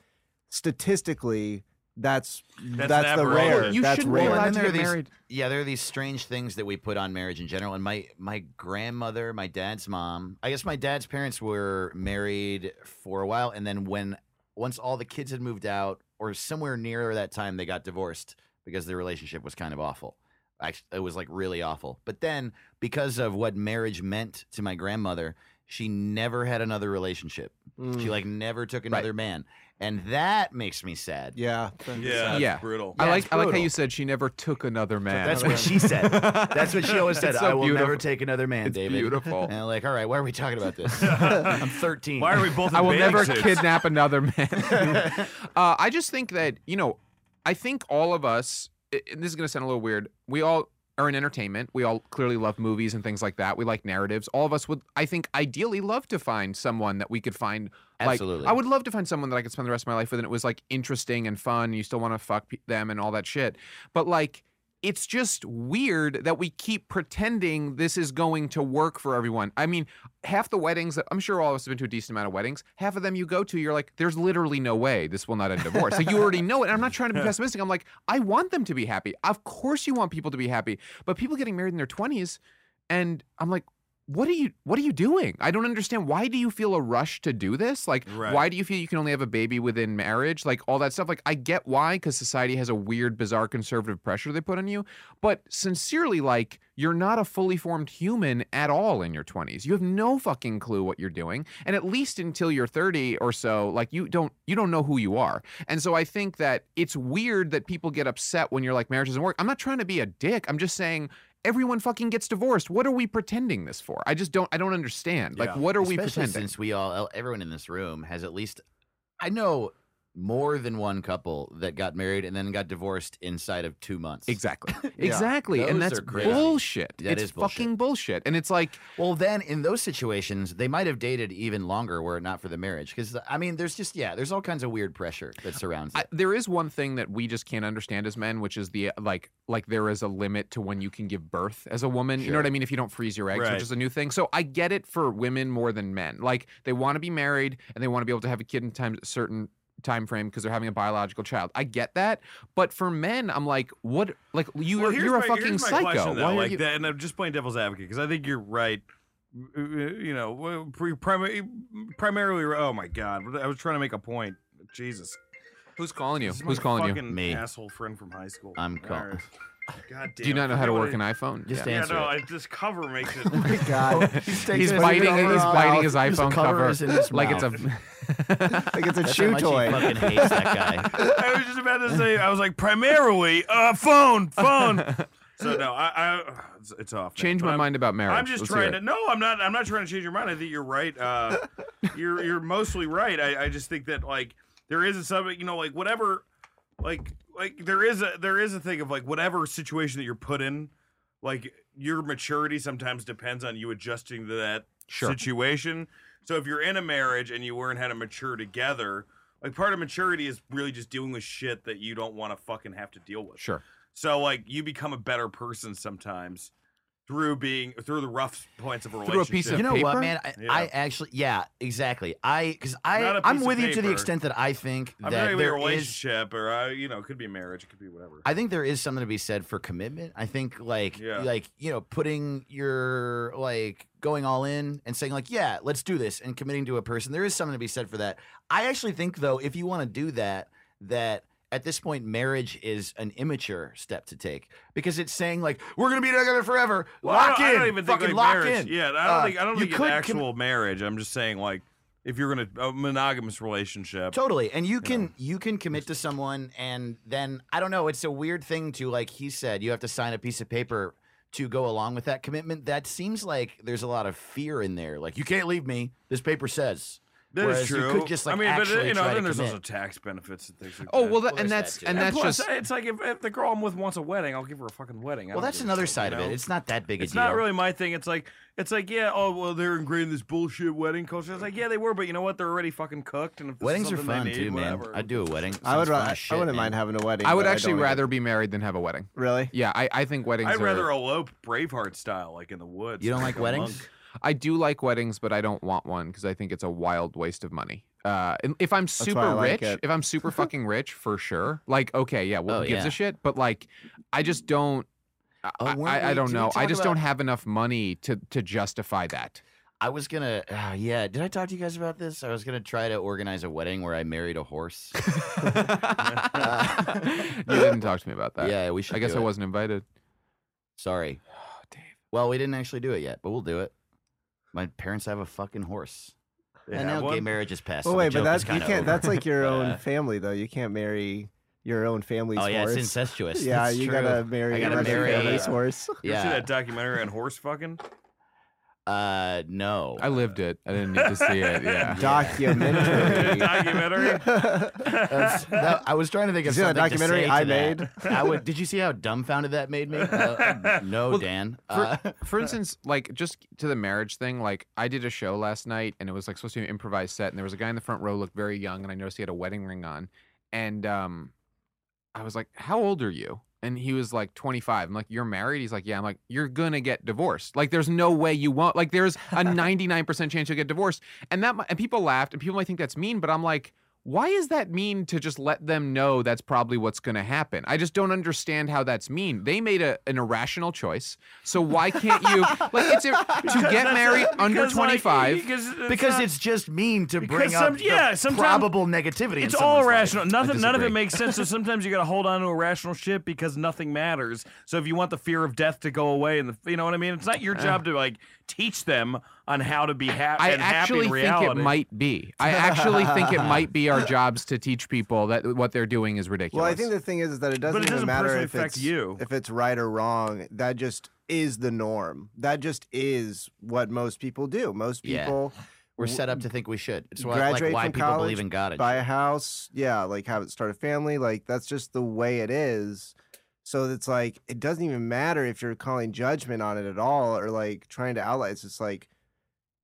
S2: statistically, that's that's,
S1: That's an
S2: the
S1: aberration.
S2: rare.
S5: you
S2: that's
S5: shouldn't be
S2: rare.
S6: Well,
S5: allowed
S6: and
S5: to
S6: then there
S5: get
S6: are these-
S5: married.
S6: yeah, there are these strange things that we put on marriage in general. And my my grandmother, my dad's mom, I guess my dad's parents were married for a while, and then when once all the kids had moved out, or somewhere near that time, they got divorced because their relationship was kind of awful. Actually, it was like really awful. But then, because of what marriage meant to my grandmother, she never had another relationship.
S2: Mm,
S6: She like never took another man, and that makes me sad.
S2: yeah,
S1: Yeah, it's
S5: Yeah.
S1: brutal.
S5: I
S6: Yeah,
S5: like
S6: it's
S5: I like how
S6: brutal.
S5: you said she never took another man.
S6: That's what she said. That's what she always said.
S5: It's so
S6: I will never
S5: beautiful.
S6: take another man,
S5: It's
S6: David.
S5: beautiful.
S6: And I'm like, all right, why are we talking about this? I'm 13.
S1: Why are we both? In
S5: I will
S1: bathing
S5: never
S1: suits?
S5: kidnap another man. uh, I just think that you know, I think all of us. i- And this is going to sound a little weird. We all are in entertainment. We all clearly love movies and things like that. We like narratives. All of us would, I think, ideally love to find someone that we could find. Like,
S6: Absolutely.
S5: I would love to find someone that I could spend the rest of my life with, and it was like interesting and fun. And you still want to fuck pe- them and all that shit. But like. It's just weird that we keep pretending this is going to work for everyone. I mean, half the weddings that I'm sure all of us have been to a decent amount of weddings, half of them you go to, you're like, there's literally no way this will not end in divorce. Like you already know it. And I'm not trying to be pessimistic. I'm like, I want them to be happy. Of course you want people to be happy. But people getting married in their twenties, and I'm like, what are you what are you doing? I don't understand. Why do you feel a rush to do this? Like
S1: Right.
S5: why do you feel you can only have a baby within marriage? Like all that stuff. Like I get why, because society has a weird, bizarre conservative pressure they put on you. But sincerely, like, you're not a fully formed human at all in your 20s. You have no fucking clue what you're doing. And at least until you're 30 or so, like you don't you don't know who you are. And so I think that it's weird that people get upset when you're like marriage doesn't work. I'm not trying to be a dick. I'm just saying everyone fucking gets divorced. What are we pretending this for? I just don't I don't understand. Like
S1: Yeah.
S5: what are we
S6: Especially
S5: pretending?
S6: Since we all, everyone in this room has at least, I know more than one couple that got married and then got divorced inside of two months.
S5: Exactly. Exactly. and
S6: Those
S5: that's
S6: are crazy.
S5: bullshit.
S6: That
S5: it's
S6: is bullshit.
S5: fucking bullshit. And it's like
S6: Well, then in those situations, they might have dated even longer were it not for the marriage. Because, I mean, there's just, yeah, there's all kinds of weird pressure that surrounds it.
S5: I, there is one thing that we just can't understand as men, which is the like like there is a limit to when you can give birth as a woman. You know what I mean? If you don't freeze your eggs,
S1: Right.
S5: which is a new thing. So I get it for women more than men. Like they want to be married and they want to be able to have a kid in time certain time frame because they're having a biological child. I get that, but for men, I'm like, what? Like you
S1: Well,
S5: are
S1: here's
S5: you're a
S1: my-
S5: fucking
S1: here's my
S5: psycho.
S1: Question, though,
S5: Why are
S1: like
S5: you-
S1: that, and I'm just playing devil's advocate because I think you're right. Uh, You know, pri- primarily, e, primarily. Oh my god, I was trying to make a point. Jesus,
S5: Who's calling you?
S1: This is
S5: Who's
S1: my
S5: calling you?
S1: fucking
S6: Me.
S1: Asshole friend from high school.
S6: I'm call-
S1: Alright. God damn.
S5: Do you
S1: it,
S5: not know how to
S1: forget what
S5: work
S1: it-
S5: an iPhone?
S6: Just
S1: Yeah,
S6: answer
S1: no,
S6: it.
S1: I, this cover makes
S5: Oh
S1: it.
S2: my God,
S5: He's
S6: His
S5: biting.
S6: cover
S5: He's
S6: off.
S5: biting his
S6: His
S5: iPhone
S6: cover
S5: cover,
S6: is in his
S5: like
S6: mouth.
S5: it's a.
S2: like it's a
S6: That's how
S2: chew
S6: much he
S2: toy.
S6: fucking hates that guy.
S1: I was just about to say. I was like, primarily, uh, phone, phone. So no, I, I it's, it's off. now,
S5: Change
S1: but
S5: my
S1: I'm-
S5: mind about marriage.
S1: I'm just
S5: Let's hear
S1: trying
S5: it.
S1: to. No, I'm not. I'm not trying to change your mind. I think you're right. Uh, you're you're mostly right. I, I just think that like there is a subject. You know, like whatever, like like there is a there is a thing of like whatever situation that you're put in, like your maturity sometimes depends on you adjusting to that
S5: Sure.
S1: situation. So if you're in a marriage and you learn how to mature together, like part of maturity is really just dealing with shit that you don't want to fucking have to deal with.
S5: Sure.
S1: So like you become a better person sometimes through being through the rough points of a
S5: Through a
S1: relationship.
S5: piece of
S6: you know
S5: paper?
S6: what, man? I,
S1: Yeah.
S6: I actually, yeah, exactly. I because
S1: Not
S6: I
S1: a
S6: I'm
S1: piece
S6: with
S1: of
S6: you to the
S1: paper.
S6: extent that I think
S1: I'm
S6: that
S1: married with a
S6: there is
S1: relationship, or I, you know, it could be marriage, it could be whatever.
S6: I think there is something to be said for commitment. I think like
S1: Yeah.
S6: like you know putting your like going all in and saying like yeah let's do this and committing to a person. There is something to be said for that. I actually think though if you want to do that that at this point marriage is an immature step to take because it's saying like we're gonna be together forever.
S1: Well, I
S6: lock
S1: don't- I
S6: in,
S1: don't even think,
S6: fucking
S1: like,
S6: lock
S1: marriage-
S6: in.
S1: Yeah, I don't
S6: Uh,
S1: think I don't
S6: you
S1: think it's
S6: could commit-
S1: actual marriage. I'm just saying, like, if you're gonna a monogamous relationship,
S6: Totally. And you
S1: know.
S6: can you can commit to someone and then I don't know, it's a weird thing to like he said, you have to sign a piece of paper to go along with that commitment. That seems like there's a lot of fear in there. Like you can't leave me. This paper says.
S1: that is
S6: Whereas you
S1: true.
S6: could just, like,
S1: I mean, but
S6: actually
S1: you know,
S6: try to
S1: then there's
S6: commit.
S1: also tax benefits and things like
S5: Oh
S1: that.
S5: well, that,
S6: Well,
S5: and
S6: there's
S5: that's
S6: that, too.
S5: and
S1: And
S5: that's
S1: plus,
S5: just
S1: it's like if, if the girl I'm with wants a wedding, I'll give her a fucking wedding. I
S6: Well,
S1: don't
S6: that's
S1: give a
S6: another
S1: shit,
S6: side
S1: you
S6: of it.
S1: know?
S6: It's not that big a
S1: it's
S6: deal.
S1: not really my thing. It's like it's like yeah, oh well, they're ingrained in this bullshit wedding culture. It's like yeah, they were, but you know what? They're already fucking cooked. And if this is
S6: Weddings are
S1: something they
S6: fun
S1: need,
S6: too, man.
S1: whatever.
S6: I'd do a wedding.
S2: I would.
S6: Sounds fun
S2: Ra-
S6: as
S2: I
S6: shit,
S2: wouldn't
S6: man.
S2: mind having a wedding.
S5: I would
S2: but
S5: actually
S2: don't wanna-
S5: rather be married than have a wedding.
S2: Really?
S5: Yeah, I, I think weddings.
S1: I'd
S5: are-
S1: rather elope Braveheart style, like in the woods.
S6: You don't like
S1: a
S6: weddings?
S1: monk.
S5: I do like weddings, but I don't want one because I think it's a wild waste of money. Uh, and if I'm
S2: why I
S5: super
S2: like
S5: rich,
S2: it.
S5: if I'm super fucking rich, for sure. Like, okay, yeah, well,
S6: Oh,
S5: who gives
S6: yeah.
S5: a shit? But like, I just don't. I-
S6: Oh,
S5: I,
S6: weren't
S5: I,
S6: we-
S5: don't
S6: did we
S5: know. I
S6: talk
S5: just
S6: about-
S5: don't have enough money to to justify that.
S6: I was gonna, uh, yeah. Did I talk to you guys about this? I was gonna try to organize a wedding where I married a horse.
S5: you didn't talk to me about that.
S6: yeah, we should.
S5: I guess
S6: do
S5: I
S6: it.
S5: wasn't invited.
S6: Sorry.
S5: Dave.
S6: Well, we didn't actually do it yet, but we'll do it. My parents have a fucking horse.
S1: They
S6: and
S1: have
S6: now gay
S1: one?
S6: marriage is passed.
S2: Well,
S6: so the
S2: wait,
S6: joke
S2: but that's
S6: is
S2: you
S6: kinda
S2: can't.
S6: over.
S2: That's like your
S6: But,
S2: own
S6: uh,
S2: family, though. You can't marry your own family's
S6: Oh yeah,
S2: horse.
S6: it's incestuous.
S2: yeah,
S6: That's
S2: you
S6: true.
S2: gotta marry
S6: gotta
S2: another
S1: marry-
S2: family's horse.
S1: You ever see
S6: Yeah.
S1: that documentary on horse fucking?
S6: Uh, no.
S5: I lived it. I didn't need to see it. Yeah.
S2: Documentary.
S1: Documentary?
S6: That's- that- I was trying to think of
S2: Is there a
S6: something to
S2: documentary
S6: say to
S2: I
S6: that.
S2: made?
S6: I would. Did you see how dumbfounded that made me? Uh, no,
S5: Well,
S6: Dan.
S5: for-
S6: Uh,
S5: for instance, like just to the marriage thing, like I did a show last night and it was like supposed to be an improvised set, and there was a guy in the front row looked very young, and I noticed he had a wedding ring on, and um, I was like, "How old are you?" And he was like 25. I'm like, "You're married?" He's like, "Yeah." I'm like, "You're gonna get divorced. Like, there's no way you won't. Like, there's a 99% chance you'll get divorced." And that mi- and people laughed, and people might think that's mean, but I'm like. Why is that mean to just let them know that's probably what's going to happen? I just don't understand how that's mean. They made a, an irrational choice. So why can't you like it's a, to get married under 25?
S1: because it's,
S6: because
S1: not-
S6: it's just mean to
S1: Because
S6: bring
S1: some-
S6: up
S1: yeah,
S6: the
S1: sometime-
S6: probable negativity. in
S1: it's all
S6: someone's life.
S1: irrational. Nothing, none of it
S5: disagree.
S1: makes sense. So sometimes you got to hold on to irrational shit because nothing matters. So if you want the fear of death to go away, and the, you know what I mean, it's not your job to like teach them on how to be happy.
S5: I
S1: and happy
S5: actually
S1: in
S5: think
S1: reality.
S5: it might be. I actually think it might be our jobs to teach people that what they're doing is ridiculous.
S2: Well, I think the thing is, is that it doesn't,
S1: it doesn't
S2: even matter
S1: personally
S2: if
S1: affect
S2: it's
S1: you.
S2: if it's right or wrong. That just is the norm. That just is what most people do. Most
S6: Yeah.
S2: people
S6: We're
S2: w-
S6: set up to think we should. It's why, like
S2: Graduate
S6: why
S2: from
S6: people believe
S2: college,
S6: in God. and
S2: buy
S6: shit.
S2: a house, yeah, like have it start a family, like that's just the way it is. So it's like it doesn't even matter if you're calling judgment on it at all or like trying to outline. It's just like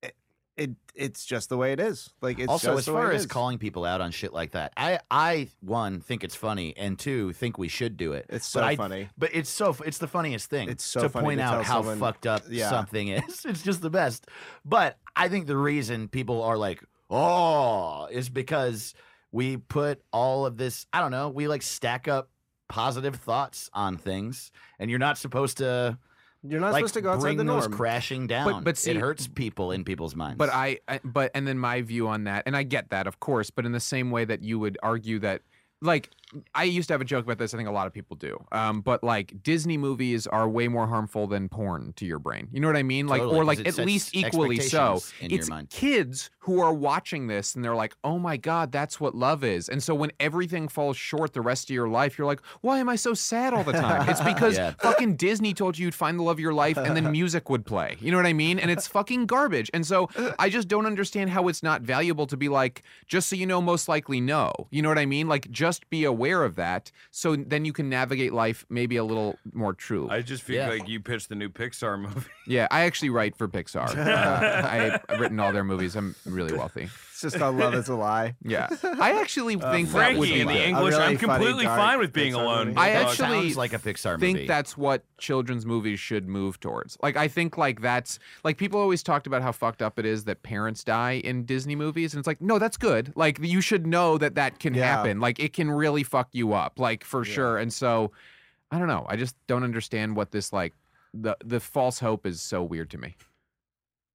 S2: it, it it's just the way it is. Like it's
S6: also,
S2: just
S6: as
S2: the way
S6: far
S2: it
S6: as
S2: is.
S6: calling people out on shit like that, I, I one think it's funny, and two think we should do it.
S2: it's so
S6: but I-
S2: funny.
S6: But it's so it's the funniest thing.
S2: It's so
S6: to
S2: funny
S6: point
S2: to
S6: out
S2: tell
S6: how
S2: someone-
S6: fucked up
S2: yeah.
S6: something is. It's just the best. But I think the reason people are like, oh, is because we put all of this. I don't know. We like stack up positive thoughts on things, and you're not supposed to
S2: You're not
S6: like
S2: supposed to go outside
S6: bring
S2: the
S6: those
S2: norm.
S6: crashing down.
S5: but see-
S6: it hurts people in people's minds.
S5: But I, I but and then my view on that, and I get that, of course, but in the same way that you would argue that like I used to have a joke about this, I think a lot of people do. Um, but like Disney movies are way more harmful than porn to your brain. You know what I mean? Like
S6: Totally,
S5: or
S6: 'cause
S5: like
S6: it
S5: at
S6: sets
S5: least equally so.
S6: expectations in your
S5: it's
S6: mind.
S5: kids who are watching this and they're like, "Oh my god, that's what love is." And so when everything falls short the rest of your life, you're like, "Why am I so sad all the time?" It's because
S6: Yeah.
S5: fucking Disney told you you'd find the love of your life and then music would play. You know what I mean? And it's fucking garbage. And so I just don't understand how it's not valuable to be like, just so you know, most likely no. You know what I mean? Like, just be aware of that. So then you can navigate life maybe a little more true.
S1: I just feel
S6: Yeah.
S1: like you pitched the new Pixar movie.
S5: yeah, I actually write for Pixar. Uh, I, I've written all their movies. I'm really wealthy.
S2: It's just on love is a lie.
S5: Yeah, I actually
S1: Uh,
S5: think that would
S1: Frankie
S5: be
S1: in the
S5: good.
S1: English.
S2: really
S1: I'm
S2: funny,
S1: completely
S2: dark
S1: fine with being
S2: Pixar
S1: alone.
S2: movie.
S5: I
S6: Dog
S5: actually
S6: sounds like a Pixar
S5: think
S6: movie.
S5: that's what children's movies should move towards. Like I think like that's like people always talked about how fucked up it is that parents die in Disney movies and it's like no that's good. Like you should know that that can
S2: Yeah.
S5: happen. Like it can really fuck you up like for
S1: Yeah.
S5: sure. And so I don't know. I just don't understand what this like the the false hope is so weird to me.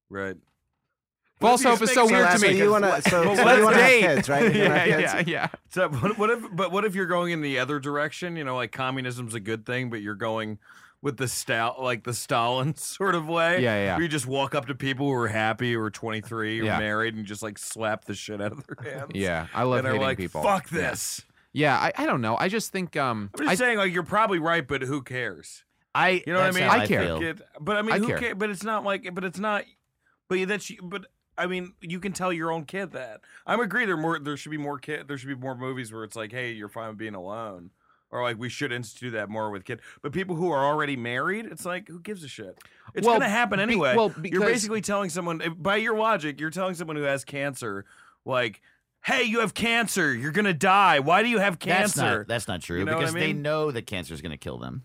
S1: Right.
S5: False
S1: if you
S5: hope is
S1: just
S5: so
S1: make
S2: So,
S5: weird
S1: sense
S2: that's what
S5: to me.
S2: you
S5: 'cause-
S2: want to. So,
S1: Well,
S2: so
S1: let's
S2: you want to have
S1: date.
S2: kids, right? You wanna
S5: yeah,
S2: have kids?
S5: yeah, yeah.
S1: So what, what if? But what if you're going in the other direction? You know, like communism's a good thing, but you're going with the Stal, like the Stalin sort of way.
S5: Yeah, yeah.
S1: Where you just walk up to people who are happy, who are 23, who
S5: Yeah.
S1: are married, and just like slap the shit out of their hands.
S5: Yeah, I love
S1: and are
S5: hating
S1: like,
S5: people.
S1: fuck
S5: Yeah.
S1: this.
S5: Yeah, I, I don't know. I just think um
S1: I'm just
S5: I
S1: saying, like, you're probably right, but who cares?
S6: I.
S1: You know what I
S6: that's
S1: mean?
S6: how
S5: I care.
S6: feel.
S1: It- but I mean,
S5: I
S1: who
S5: care.
S1: cares? But it's not like, but it's not, but that's, but I mean, you can tell your own kid that. I'm agree. There more, there should be more kid. There should be more movies where it's like, hey, you're fine with being alone, or like we should institute that more with kid. But people who are already married, it's like, who gives a shit? It's
S5: Well,
S1: gonna happen
S5: be-
S1: anyway.
S5: well,
S1: you're
S5: because-
S1: basically telling someone if- by your logic, you're telling someone who has cancer, like, hey, you have cancer, you're gonna die. Why do you have
S6: That's
S1: cancer?
S6: not. That's not true
S1: You know what I
S6: because they
S1: mean?
S6: know that cancer is going to kill them,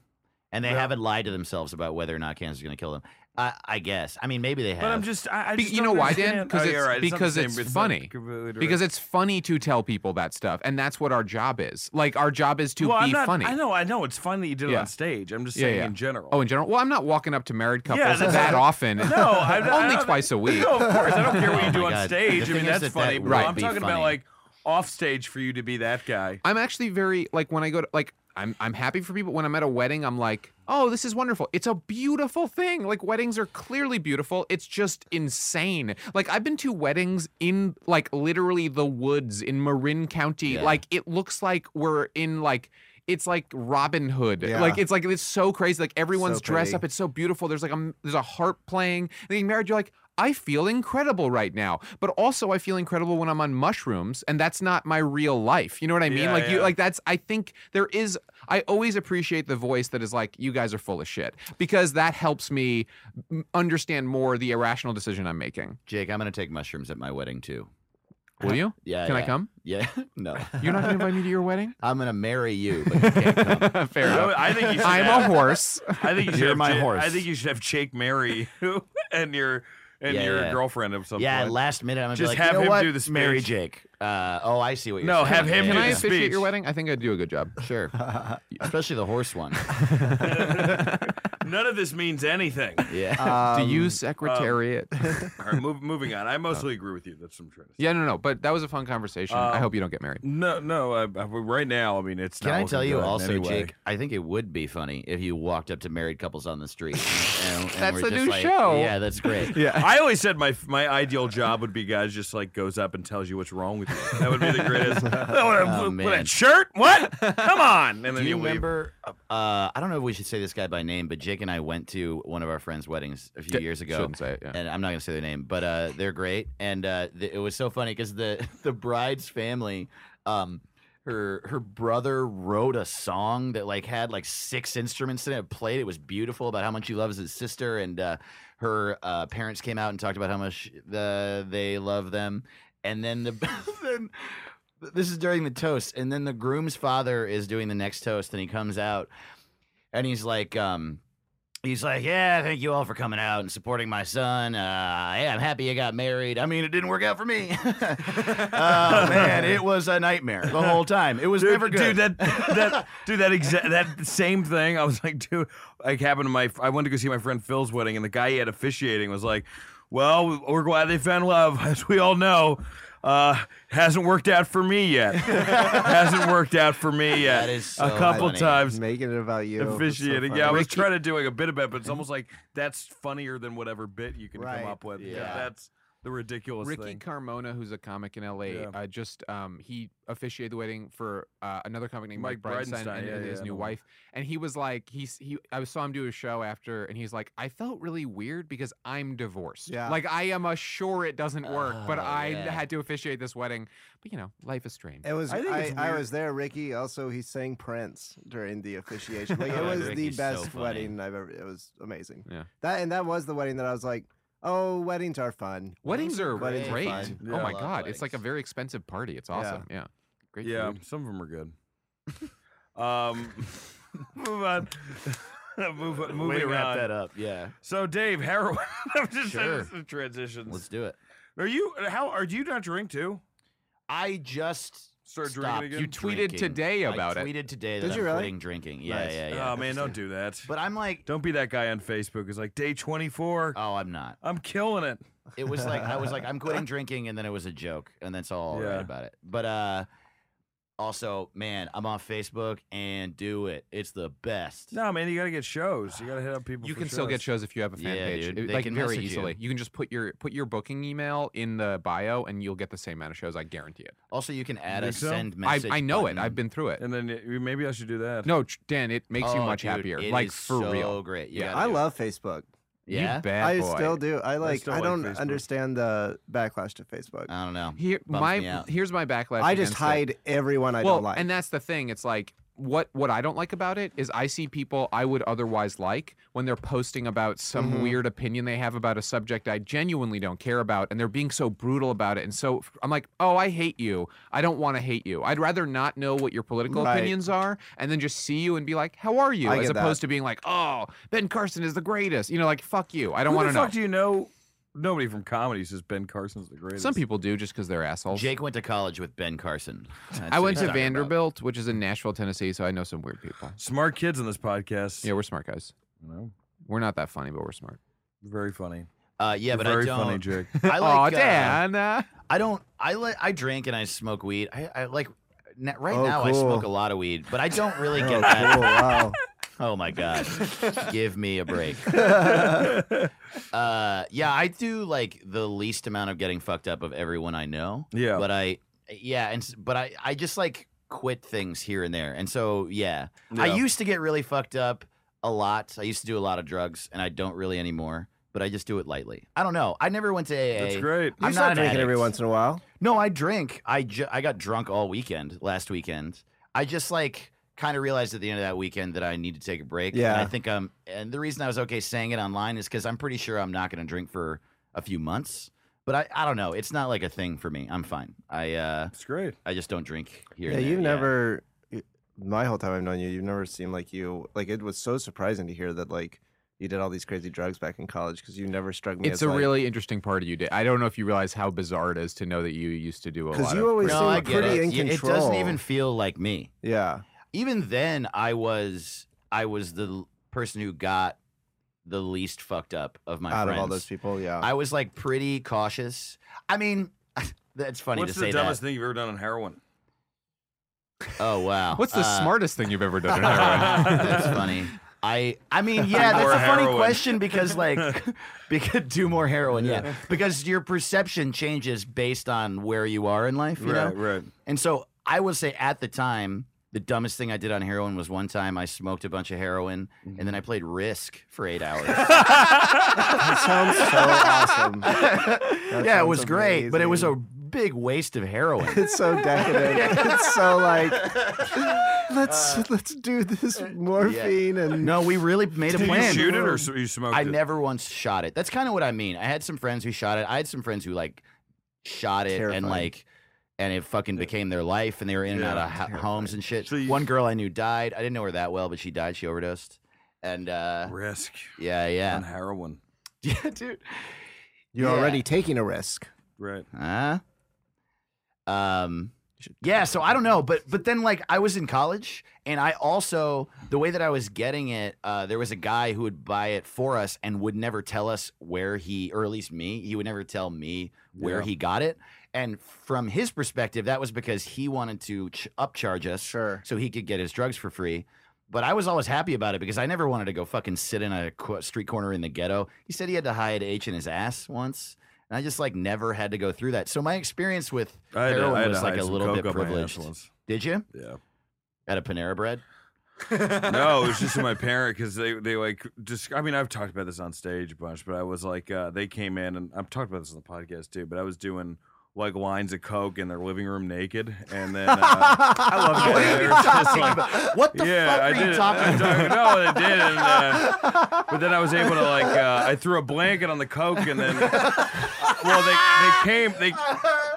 S6: and they
S1: Yeah.
S6: haven't lied to themselves about whether or not cancer is going to kill them. I, I guess. I mean, maybe they have.
S1: But I'm just, I, I
S5: Be-
S1: just
S5: you
S1: don't
S5: know why, Dan?
S1: understand.
S5: 'Cause
S1: Oh, you're
S5: it's-
S1: right. not the
S5: because
S1: same.
S5: it's
S1: not
S5: funny.
S1: completely direct.
S5: because it's funny to tell people that stuff and that's what our job is like our job is to
S1: well,
S5: be
S1: I'm not,
S5: funny
S1: I know, I know. It's fun that you did it
S5: Yeah.
S1: on stage. I'm just
S5: Yeah,
S1: saying
S5: yeah.
S1: in general.
S5: oh in general well i'm not walking up to married
S1: Yeah,
S5: couples
S1: that's-
S5: that often
S1: no, I, I
S5: only
S1: don't-
S5: twice a week
S1: No, of course. I don't care what you
S6: Oh
S1: do
S6: my
S1: on
S6: God.
S1: stage.
S6: The
S1: I mean,
S6: thing is
S1: that's
S6: that
S1: funny.
S6: that
S1: but
S6: would
S1: I'm
S6: be
S1: talking about
S6: funny.
S1: like off stage for you to be that guy.
S5: i'm actually very like when i go to like I'm, I'm happy for people when i'm at a wedding i'm like oh this is wonderful it's a beautiful thing like weddings are clearly beautiful it's just insane like i've been to weddings in like literally the woods in marin county
S6: Yeah.
S5: like it looks like we're in like it's like Robin Hood.
S2: Yeah.
S5: Like it's like it's so crazy. Like everyone's dressed
S2: pretty.
S5: up. It's so beautiful. There's like a there's a harp playing. And then you married, you're like, I feel incredible right now. But also I feel incredible when I'm on mushrooms, and that's not my real life. You know what I mean?
S1: Yeah,
S5: like you
S1: yeah.
S5: like that's I think there is I always appreciate the voice that is like, you guys are full of shit. Because that helps me m- understand more the irrational decision I'm making.
S6: Jake, I'm going to take mushrooms at my wedding too.
S5: Will you?
S6: Yeah.
S5: Can I
S6: Uh, yeah.
S5: come?
S6: Yeah. No.
S5: You're not gonna invite me to your wedding?
S6: I'm going to marry you, but you can't come.
S5: Fair
S1: I,
S5: enough.
S1: would- I think you should.
S5: I'm a
S1: have,
S5: horse.
S1: I think you should
S6: You're
S1: have
S6: my
S1: Ja-
S6: horse.
S1: I think you should have Jake marry you and your and
S6: Yeah,
S1: your
S6: yeah.
S1: girlfriend of some
S6: Yeah,
S1: point.
S6: last minute I'm gonna be
S1: Just
S6: like,
S1: have
S6: you know
S1: him
S6: what?
S1: do the
S6: Marry
S1: speech.
S6: Jake. Uh, oh, I see what you're
S1: No,
S6: saying.
S1: have him do
S5: Can
S6: Yeah,
S5: I
S1: the
S6: yeah,
S1: speech.
S5: officiate your wedding? I think I'd do a good job.
S6: yeah. Sure, especially the horse one.
S1: None of this means anything.
S6: Yeah,
S5: Do
S2: Um,
S5: you secretariat?
S1: All right, move, moving
S6: Oh.
S1: on. I mostly agree with you. That's what I'm trying to say.
S5: yeah, no, no. But that was a fun conversation. I
S1: Um,
S5: hope you don't get married.
S1: No, no. I, I, right now, I mean, it's.
S6: Can
S1: not
S6: I
S1: looking
S6: tell you
S1: good in
S6: also,
S1: any way.
S6: Jake? I think it would be funny if you walked up to married couples on the street. And, and
S5: That's
S6: we're
S5: the
S6: just
S5: new
S6: like,
S5: show.
S6: Yeah, that's great.
S5: Yeah.
S1: I always said my my ideal job would be guys just like goes up and tells you what's wrong with you. That would be the greatest. oh, what, a-
S6: Oh,
S1: what
S6: man.
S1: a shirt? What? Come on! And
S6: Do
S1: then
S6: you
S1: leave.
S6: remember? Uh, I don't know if we should say this guy by name, but Jake and I went to one of our friends' weddings a few
S5: D-
S6: years ago.
S5: Shouldn't say it. Yeah.
S6: and I'm not gonna say their name, but uh, they're great, and uh, th- it was so funny because the the bride's family, um, her her brother wrote a song that like had like six instruments in it, played. It was beautiful about how much he loves his sister, and uh, her uh, parents came out and talked about how much the, they love them, and then the then. This is during the toast, and then the groom's father is doing the next toast, and he comes out, and he's like, um, he's like, "Yeah, thank you all for coming out and supporting my son. Uh, yeah, I'm happy you got married. I mean, it didn't work out for me. oh man, it was a nightmare the whole time. It was
S1: Dude,
S6: never
S1: dude,
S6: good.
S1: that that dude, that exact that same thing. I was like, dude, like happened to my. I went to go see my friend Phil's wedding, and the guy he had officiating was like, "Well, we're glad they found love, as we all know." Uh, hasn't worked out for me yet. hasn't worked out for me yet.
S6: That is
S1: a
S6: so
S1: couple
S6: funny.
S1: times.
S2: Um, making it about you. That's so
S1: officiating.
S2: funny.
S1: yeah, I was trying to doing a bit about, it, but it's almost like that's funnier than whatever bit you can
S2: Right,
S1: come up with.
S6: yeah.
S1: that's the ridiculous
S5: Ricky
S1: thing.
S5: Carmona, who's a comic in LA,
S1: Yeah.
S5: uh, just um, he officiated the wedding for uh, another comic named Mike,
S1: Mike
S5: Bridenstine
S1: Bridenstine,
S5: and
S1: yeah,
S5: and
S1: yeah,
S5: his
S1: I
S5: new
S1: know him.
S5: wife, and he was like, he's he. I saw him do a show after, and he's like, I felt really weird because I'm divorced.
S2: Yeah.
S5: Like I am a sure it doesn't work, but
S6: Oh,
S5: I
S6: yeah.
S5: had to officiate this wedding. But you know, life is strange.
S2: It was.
S1: I
S2: I,
S1: think it's
S2: I,
S1: weird.
S2: was there. Ricky also he sang Prince during the officiation. Like it
S6: Oh,
S2: was the
S6: Ricky's so
S2: best
S6: funny.
S2: wedding I've ever. It was amazing.
S5: Yeah.
S2: That and that was the wedding that I was like, Oh, weddings are fun.
S5: Weddings are
S2: Weddings are
S5: great.
S2: fun.
S5: oh
S1: Yeah.
S5: my
S6: I love
S5: god, it's like a
S6: weddings.
S5: very expensive party. It's awesome. Yeah. Great
S1: yeah,
S5: food.
S1: some of them are good. um, move on. move on.
S6: Way
S1: Moving
S6: to wrap
S1: on.
S6: that up. Yeah,
S1: So Dave, heroin. I'm just
S6: Sure.
S1: saying this is transitions.
S6: let's do it.
S1: Are you? How are you? Not drink too?
S6: I just
S1: Start drinking
S6: stopped
S1: again?
S5: You tweeted
S6: drinking.
S5: today about
S6: I
S5: it.
S6: tweeted today that
S2: Did
S6: I'm
S2: you really?
S6: quitting drinking. Yeah,
S2: Nice.
S6: yeah, yeah.
S1: oh man, don't do that.
S6: But I'm like,
S1: don't be that guy on Facebook who's like day 24.
S6: oh, I'm not.
S1: I'm killing it.
S6: It was like I was like, I'm quitting drinking, and then it was a joke, and that's all all right
S1: Yeah.
S6: about it. But uh, also, man, I'm on Facebook and do it. It's the best.
S1: No man, you gotta get shows. You gotta hit up people.
S5: You
S1: for
S5: can still get shows if you have a fan
S6: Yeah,
S5: page,
S6: dude.
S5: It-
S6: They
S5: like
S6: can
S5: very
S6: message you.
S5: easily. You. can just put your put your booking email in the bio, and you'll get the same amount of shows. I guarantee it.
S6: Also, you can add
S1: think
S6: a
S1: so?
S6: send
S5: I,
S6: message.
S5: I know it.
S6: button.
S5: I've been through it.
S1: And then y- maybe I should do that.
S5: No, tr- Dan, it makes you
S6: Oh,
S5: much
S6: dude,
S5: happier.
S6: it
S5: Like
S6: is
S5: for
S6: so
S5: real.
S6: Great. You
S5: Yeah.
S6: gotta
S2: I
S6: do it.
S2: love Facebook.
S6: Yeah.
S5: You bad
S2: I
S5: boy.
S2: still do. I like.
S1: still
S2: I
S1: like
S2: don't
S1: Facebook.
S2: understand the backlash to Facebook.
S6: I don't know.
S5: Here,
S6: Bums
S5: my
S6: me out.
S5: here's my backlash.
S2: I just
S5: against it.
S2: hide everyone I
S5: well,
S2: don't like.
S5: and that's the thing. It's like what what I don't like about it is I see people I would otherwise like when they're posting about some
S2: Mhm.
S5: weird opinion they have about a subject I genuinely don't care about, and they're being so brutal about it. And so I'm like, oh, I hate you. I don't want to hate you. I'd rather not know what your political
S2: Right.
S5: opinions are, and then just see you and be like, how are you?
S2: I
S5: As
S2: get that.
S5: opposed to being like, oh, Ben Carson is the greatest. You know, like fuck you. I don't
S1: Who
S5: want
S1: the
S5: to know.
S1: fuck do you know? Nobody from comedy says Ben Carson's the greatest.
S5: Some people do just because they're assholes.
S6: Jake went to college with Ben Carson. That's
S5: I
S6: what
S5: went
S6: he's
S5: to
S6: talking about.
S5: Vanderbilt, which is in Nashville, Tennessee, so I know some weird people.
S1: smart kids on this podcast.
S5: Yeah, we're smart guys.
S1: You know,
S5: We're not that funny, but we're smart.
S1: very funny.
S6: Uh, yeah,
S1: You're
S6: but
S1: very
S6: I don't.
S1: funny, Jake.
S6: I like.
S5: oh,
S6: uh,
S5: Dan. uh,
S6: I don't. I let. I drink and I smoke weed. I, I like. na- Right
S2: Oh,
S6: now, I smoke a
S2: cool.
S6: lot of weed, but I don't really
S2: oh,
S6: get that.
S2: cool. Wow.
S6: Oh my god, give me a break. Uh, yeah, I do like the least amount of getting fucked up of everyone I know.
S1: yeah.
S6: But I, yeah, and s- but I, I just like quit things here and there, and so yeah, I
S1: Yeah.
S6: used to get really fucked up a lot. I used to do a lot of drugs, and I don't really anymore. But I just do it lightly. I don't know. I never went to AA.
S1: That's great.
S2: You
S6: I'm
S2: stop
S6: not an
S2: drinking every
S6: addict.
S2: once in a while.
S6: No, I drink. I ju- I got drunk all weekend last weekend. I just like kind of realized at the end of that weekend that I need to take a break. And
S2: Yeah.
S6: I think I'm, and the reason I was okay saying it online is because I'm pretty sure I'm not going to drink for a few months. But I, I don't know. It's not like a thing for me. I'm fine. I uh
S1: That's great.
S6: I just don't drink here.
S2: Yeah,
S6: and there.
S2: you've never. y- My whole time I've known you, you've never seemed like you. Like it was so surprising to hear that like you did all these crazy drugs back in college because you never struck me.
S5: it's
S2: as
S5: a
S2: like,
S5: really interesting part of you, Dan. I don't know if you realize how bizarre it is to know that you used to do a lot.
S2: because you
S5: of
S2: always
S5: crazy-
S6: No, I
S2: seem
S6: get
S2: pretty
S6: it.
S2: in
S6: Yeah, It
S2: control.
S6: doesn't even feel like me.
S2: Yeah.
S6: even then I was I was the l- person who got the least fucked up of my
S2: Out
S6: friends.
S2: of all those people, yeah.
S6: I was like pretty cautious. I mean, that's funny
S1: What's
S6: to
S1: the
S6: say
S1: dumbest
S6: that.
S1: thing you've ever done on heroin?
S6: Oh wow.
S5: What's the
S6: Uh,
S5: smartest thing you've ever done? in heroin?
S6: That's funny. I I mean, yeah, that's
S1: more
S6: a funny
S1: heroin.
S6: question because like because do more heroin, yeah. Because your perception changes based on where you are in life, you know?
S1: Right, right.
S6: And so I will say at the time, the dumbest thing I did on heroin was one time I smoked a bunch of heroin and
S1: Mm-hmm.
S6: then I played Risk for eight hours.
S2: that sounds so awesome. That
S6: yeah, it
S2: sounds
S6: was great, but it was a
S2: amazing.
S6: big waste of heroin.
S2: It's so decadent. It's so like let's let's do this morphine and
S6: no, we really made a
S1: Did you
S6: plan.
S1: shoot it or s- you smoked
S6: I
S1: it?
S6: never once shot it. That's kind of what I mean. I had some friends who shot it. I had some friends who like shot it
S2: Terrifying.
S6: and like and it fucking became their life and they were in and
S1: Yeah,
S6: out of ho- homes and shit.
S1: So you-
S6: One girl I knew died. I didn't know her that well, but she died. She overdosed. And uh,
S1: risk
S6: yeah,
S1: on
S6: yeah,
S1: heroin.
S6: yeah, dude.
S2: you're
S6: Yeah.
S2: already taking a risk.
S1: Right.
S6: Huh? Um yeah, so I don't know, but but then like I was in college and I also the way that I was getting it, uh there was a guy who would buy it for us and would never tell us where he or at least me, he would never tell me where
S1: Yeah.
S6: he got it. And from his perspective, that was because he wanted to ch- upcharge us
S2: Sure.
S6: so he could get his drugs for free. But I was always happy about it because I never wanted to go fucking sit in a qu- street corner in the ghetto. He said he had to hide H in his ass once, and I just like never had to go through that. So my experience with
S1: I had, to-
S6: heroin
S1: I had
S6: was
S1: to
S6: like
S1: hide
S6: a
S1: some
S6: little
S1: coke
S6: bit
S1: up my ass
S6: privileged.
S1: once.
S6: Did you
S1: Yeah.
S6: at a Panera Bread?
S1: no, it was just my parent because they they like just. I mean, I've talked about this on stage a bunch, but I was like, uh, they came in and I've talked about this on the podcast too. But I was doing like lines of coke in their living room naked, and then uh, I love
S6: What
S1: getting
S6: are you
S1: there. It's just
S6: talking
S1: like-
S6: about? What the
S1: yeah,
S6: fuck
S1: I
S6: are
S1: did.
S6: you talking
S1: I'm
S6: about?
S1: talking, no, I did. And, uh, but then I was able to like uh, I threw a blanket on the coke, and then well they they came they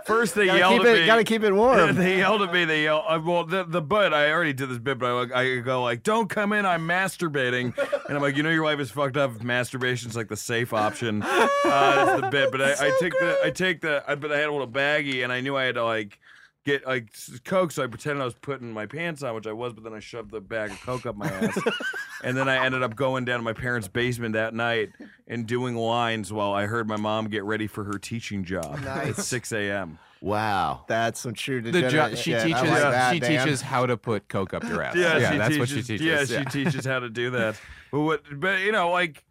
S1: first they
S2: gotta
S1: yelled
S2: keep
S1: at
S2: it,
S1: me.
S2: gotta keep it warm.
S1: They yelled at me. They yelled. Uh, well, the, the but I already did this bit, but I, like, I go like, "Don't come in. I'm masturbating," and I'm like, "You know, your life is fucked up. Masturbation's like the safe option." Uh, that's the bit. But I, I take the I take the I, but I had a little baggie, and I knew I had to like get like s- coke, so I pretended I was putting my pants on, which I was, but then I shoved the bag of coke up my ass. And then I ended up going down to my parents' basement that night and doing lines while I heard my mom get ready for her teaching job at 6 a.m.
S6: Wow.
S2: That's some true
S5: The
S2: degenerate
S5: jo- she
S2: shit. I
S5: teaches
S2: like that,
S5: she
S2: Dan.
S5: teaches how to put coke up your ass.
S1: Yeah, she
S5: that's
S1: teaches,
S5: what she teaches.
S1: Yeah,
S5: yeah.
S1: she teaches how to do that. But what? But you know, like,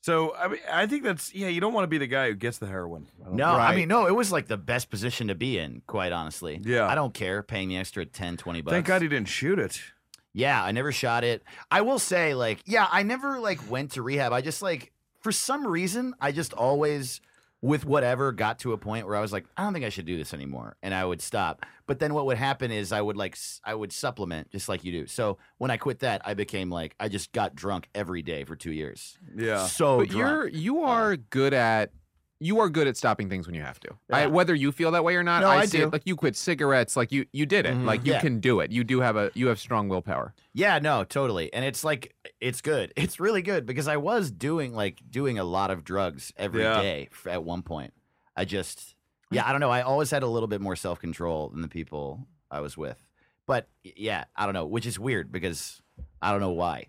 S1: so I mean, I think that's yeah. You don't want to be the guy who gets the heroin. I don't-
S6: No, I
S2: Right.
S6: mean, no, it was like the best position to be in, quite honestly.
S1: Yeah.
S6: I don't care paying the extra 10, 20 bucks.
S1: Thank God he didn't shoot it.
S6: Yeah, I never shot it. I will say, like, yeah, I never like went to rehab. I just like for some reason I just always with whatever got to a point where I was like, I don't think I should do this anymore, and I would stop. But then what would happen is I would like s- I would supplement just like you do. So when I quit that, I became like I just got drunk every day for two years.
S1: Yeah.
S6: So
S5: but
S6: drunk.
S5: you're you are good at you are good at stopping things when you have to.
S6: Yeah.
S5: I, whether you feel that way or not,
S6: No, I
S5: see
S6: do.
S5: it. Like you quit cigarettes, like you you did it.
S2: Mhm.
S5: Like you
S6: Yeah.
S5: can do it. You do have a you have strong willpower.
S6: Yeah, no, totally. And it's like it's good. It's really good because I was doing like doing a lot of drugs every day
S1: Yeah. Hmm.
S6: f- at one point. I just yeah, I don't know. I always had a little bit more self-control than the people I was with. But y- yeah, I don't know, which is weird because I don't know why.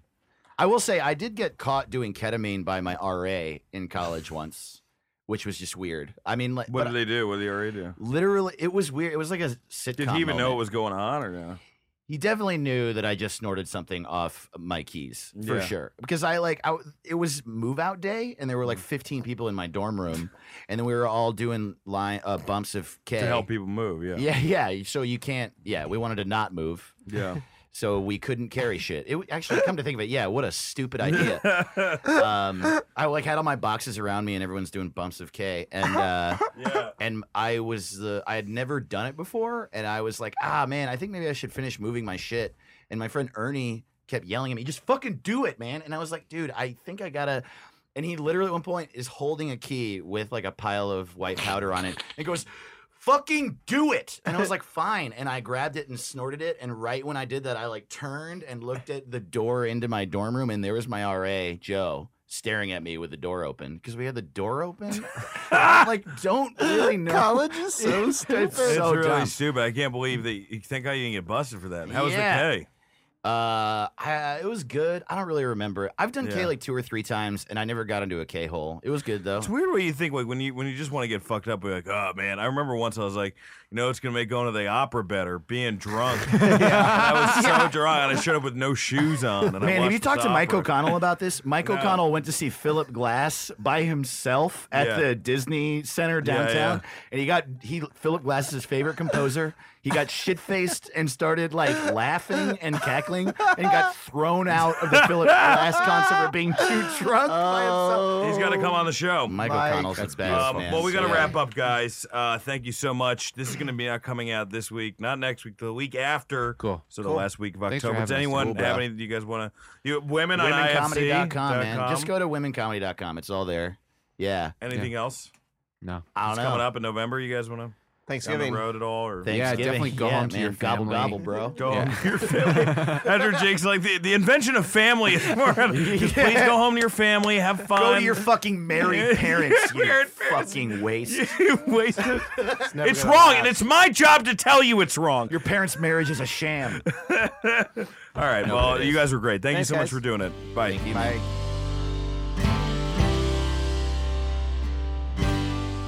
S6: I will say I did get caught doing ketamine by my RA in college once, which was just weird. I mean, like
S1: What
S6: but
S1: did they do? What did he already do?
S6: literally it was weird. It was like a sitcom.
S1: Did he even know
S6: moment
S1: what was going on or no?
S6: he definitely knew that I just snorted something off my keys for
S1: Yeah.
S6: sure. Because I like, I, it was move out day, and there were like
S1: Mm-hmm.
S6: 15 people in my dorm room, and then we were all doing line uh, bumps of K.
S1: To help people move. Yeah.
S6: Yeah. yeah, So you can't. Yeah, we wanted to not move,
S1: Yeah.
S6: so we couldn't carry shit. It actually, come to think of it, yeah, what a stupid idea.
S1: yeah.
S6: Um, I like had all my boxes around me, and everyone's doing bumps of K, and. Uh, and I was the I had never done it before, and I was like, ah man, I think maybe I should finish moving my shit. And my friend Ernie kept yelling at me, just fucking do it, man. And I was like, dude, I think I gotta. And he literally at one point is holding a key with like a pile of white powder on it, and goes. Fucking do it. And I was like, fine. And I grabbed it and snorted it. And right when I did that, I like turned and looked at the door into my dorm room. And there was my RA, Joe, staring at me with the door open because we had the door open. I, like, don't really know.
S2: College is so stupid.
S6: It's
S1: It's
S6: so
S1: really
S6: dumb.
S1: stupid. I can't believe that you think I didn't get busted for that. How was
S6: Yeah.
S1: the pay?
S6: Uh, I, it was good. I don't really remember. I've done K
S1: Yeah.
S6: like two or three times, and I never got into a K hole. It was good though.
S1: It's weird what you think like when you when you just want to get fucked up. You're like, oh man. I remember once I was like, you know, it's gonna make going to the opera better, being drunk. And I was so drunk, and I showed up with no shoes on. And I
S6: Man, have
S1: watched
S6: you
S1: this
S6: talked to Mike
S1: opera.
S6: O'Connell about this? Mike
S1: No.
S6: O'Connell went to see Philip Glass by himself at
S1: Yeah.
S6: the Disney Center
S1: Yeah, yeah.
S6: downtown, and he got he Philip Glass is his favorite composer. He got shit faced and started like laughing and cackling, and got thrown out of the Philip Glass concert for being too drunk
S1: Uh,
S6: by himself.
S1: He's got to come on the show.
S6: Mike
S2: Mike.
S6: O'Connell's the best.
S1: Um,
S6: man.
S1: well, we got to
S6: Yeah.
S1: wrap up, guys. Uh, thank you so much. This is going to be not coming out this week, not next week, the week after.
S5: Cool.
S1: So the
S2: Cool.
S1: last week of
S5: Thanks for
S1: October. Does
S5: having us.
S1: anyone
S5: Cool, bro.
S1: have anything you guys want to? You women on
S6: womencomedy.com, man.
S1: IFC.com?
S6: Just go to womencomedy.com. It's all there. Yeah.
S1: Anything else?
S5: No.
S6: I don't
S1: It's
S6: know.
S1: coming up in November. You guys want to down the
S2: Thanksgiving.
S1: road at all? Or
S5: Yeah,
S6: Thanksgiving.
S5: definitely go home to
S6: man.
S5: your
S6: gobble
S5: family.
S6: gobble, bro.
S1: Go
S5: Yeah.
S1: home to your family. After Jake's like the, the invention of family. is more of- Just please go home to your family. Have fun.
S6: Go to your fucking married parents, you
S1: Married parents.
S6: fucking waste.
S1: you wasted. It's,
S2: never gonna
S1: wrong,
S2: last.
S1: and it's my job to tell you it's wrong.
S6: Your parents' marriage is a sham.
S1: All right. Well, you guys were great. Thank
S2: Thanks,
S1: you so much
S2: guys.
S1: for doing it. Bye.
S2: Bye.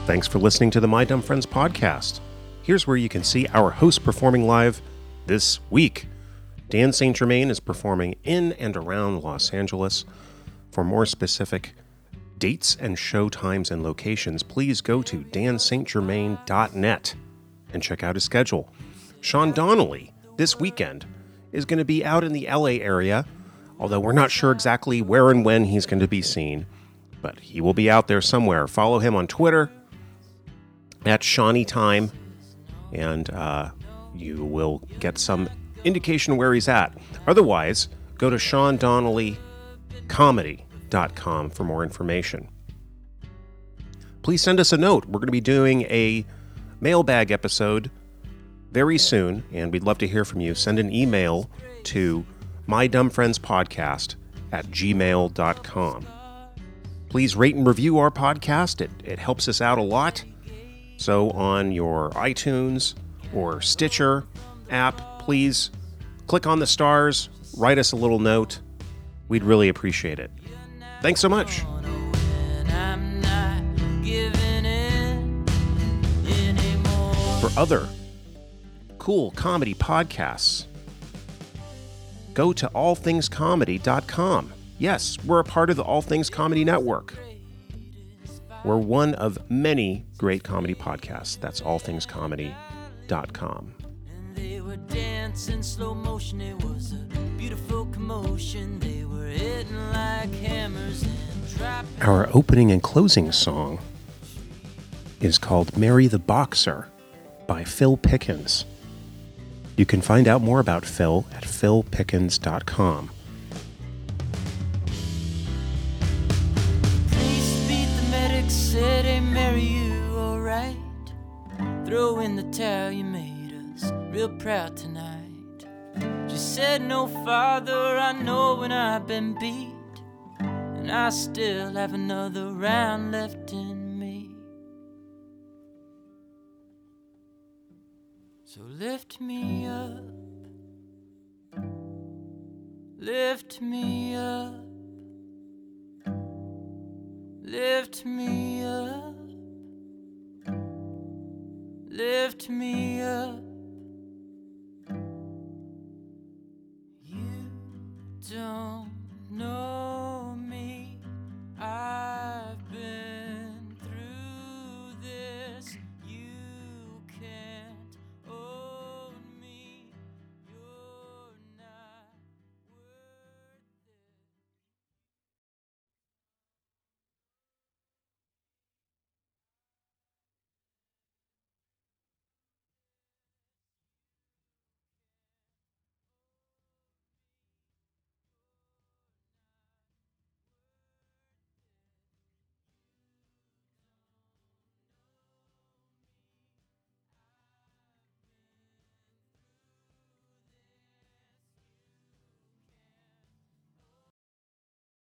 S7: Thanks for listening to the My Dumb Friends podcast. Here's where you can see our hosts performing live this week. Dan St. Germain is performing in and around Los Angeles. For more specific dates and show times and locations, please go to danstgermain.net and check out his schedule. Sean Donnelly this weekend is going to be out in the LA area, although we're not sure exactly where and when he's going to be seen, but he will be out there somewhere. Follow him on Twitter at Shawnee Time, and uh, you will get some indication where he's at. Otherwise, go to SeanDonnellyComedy.com for more information. Please send us a note. We're going to be doing a mailbag episode very soon, and we'd love to hear from you. Send an email to mydumbfriendspodcast at gmail.com. Please rate and review our podcast. It, it helps us out a lot. So on your iTunes or Stitcher app, please click on the stars, write us a little note. We'd really appreciate it. Thanks so much.
S8: And I'm not giving in anymore.
S7: for other cool comedy podcasts, go to allthingscomedy.com. Yes, we're a part of the All Things Comedy Network. We're one of many great comedy podcasts. That's allthingscomedy.com.
S8: They were dancing slow motion, it was a beautiful commotion. They were hitting like hammers and dropping.
S7: Our opening and closing song is called Mary the Boxer by Phil Pickens. You can find out more about Phil at philpickens.com.
S8: Priest beat the medic, said, Hey, Mary, you alright? Throw in the towel, you made us real proud tonight. She said, No, Father, I know when I've been beat, and I still have another round left in me. So lift me up, lift me up. Lift me up. Lift me up.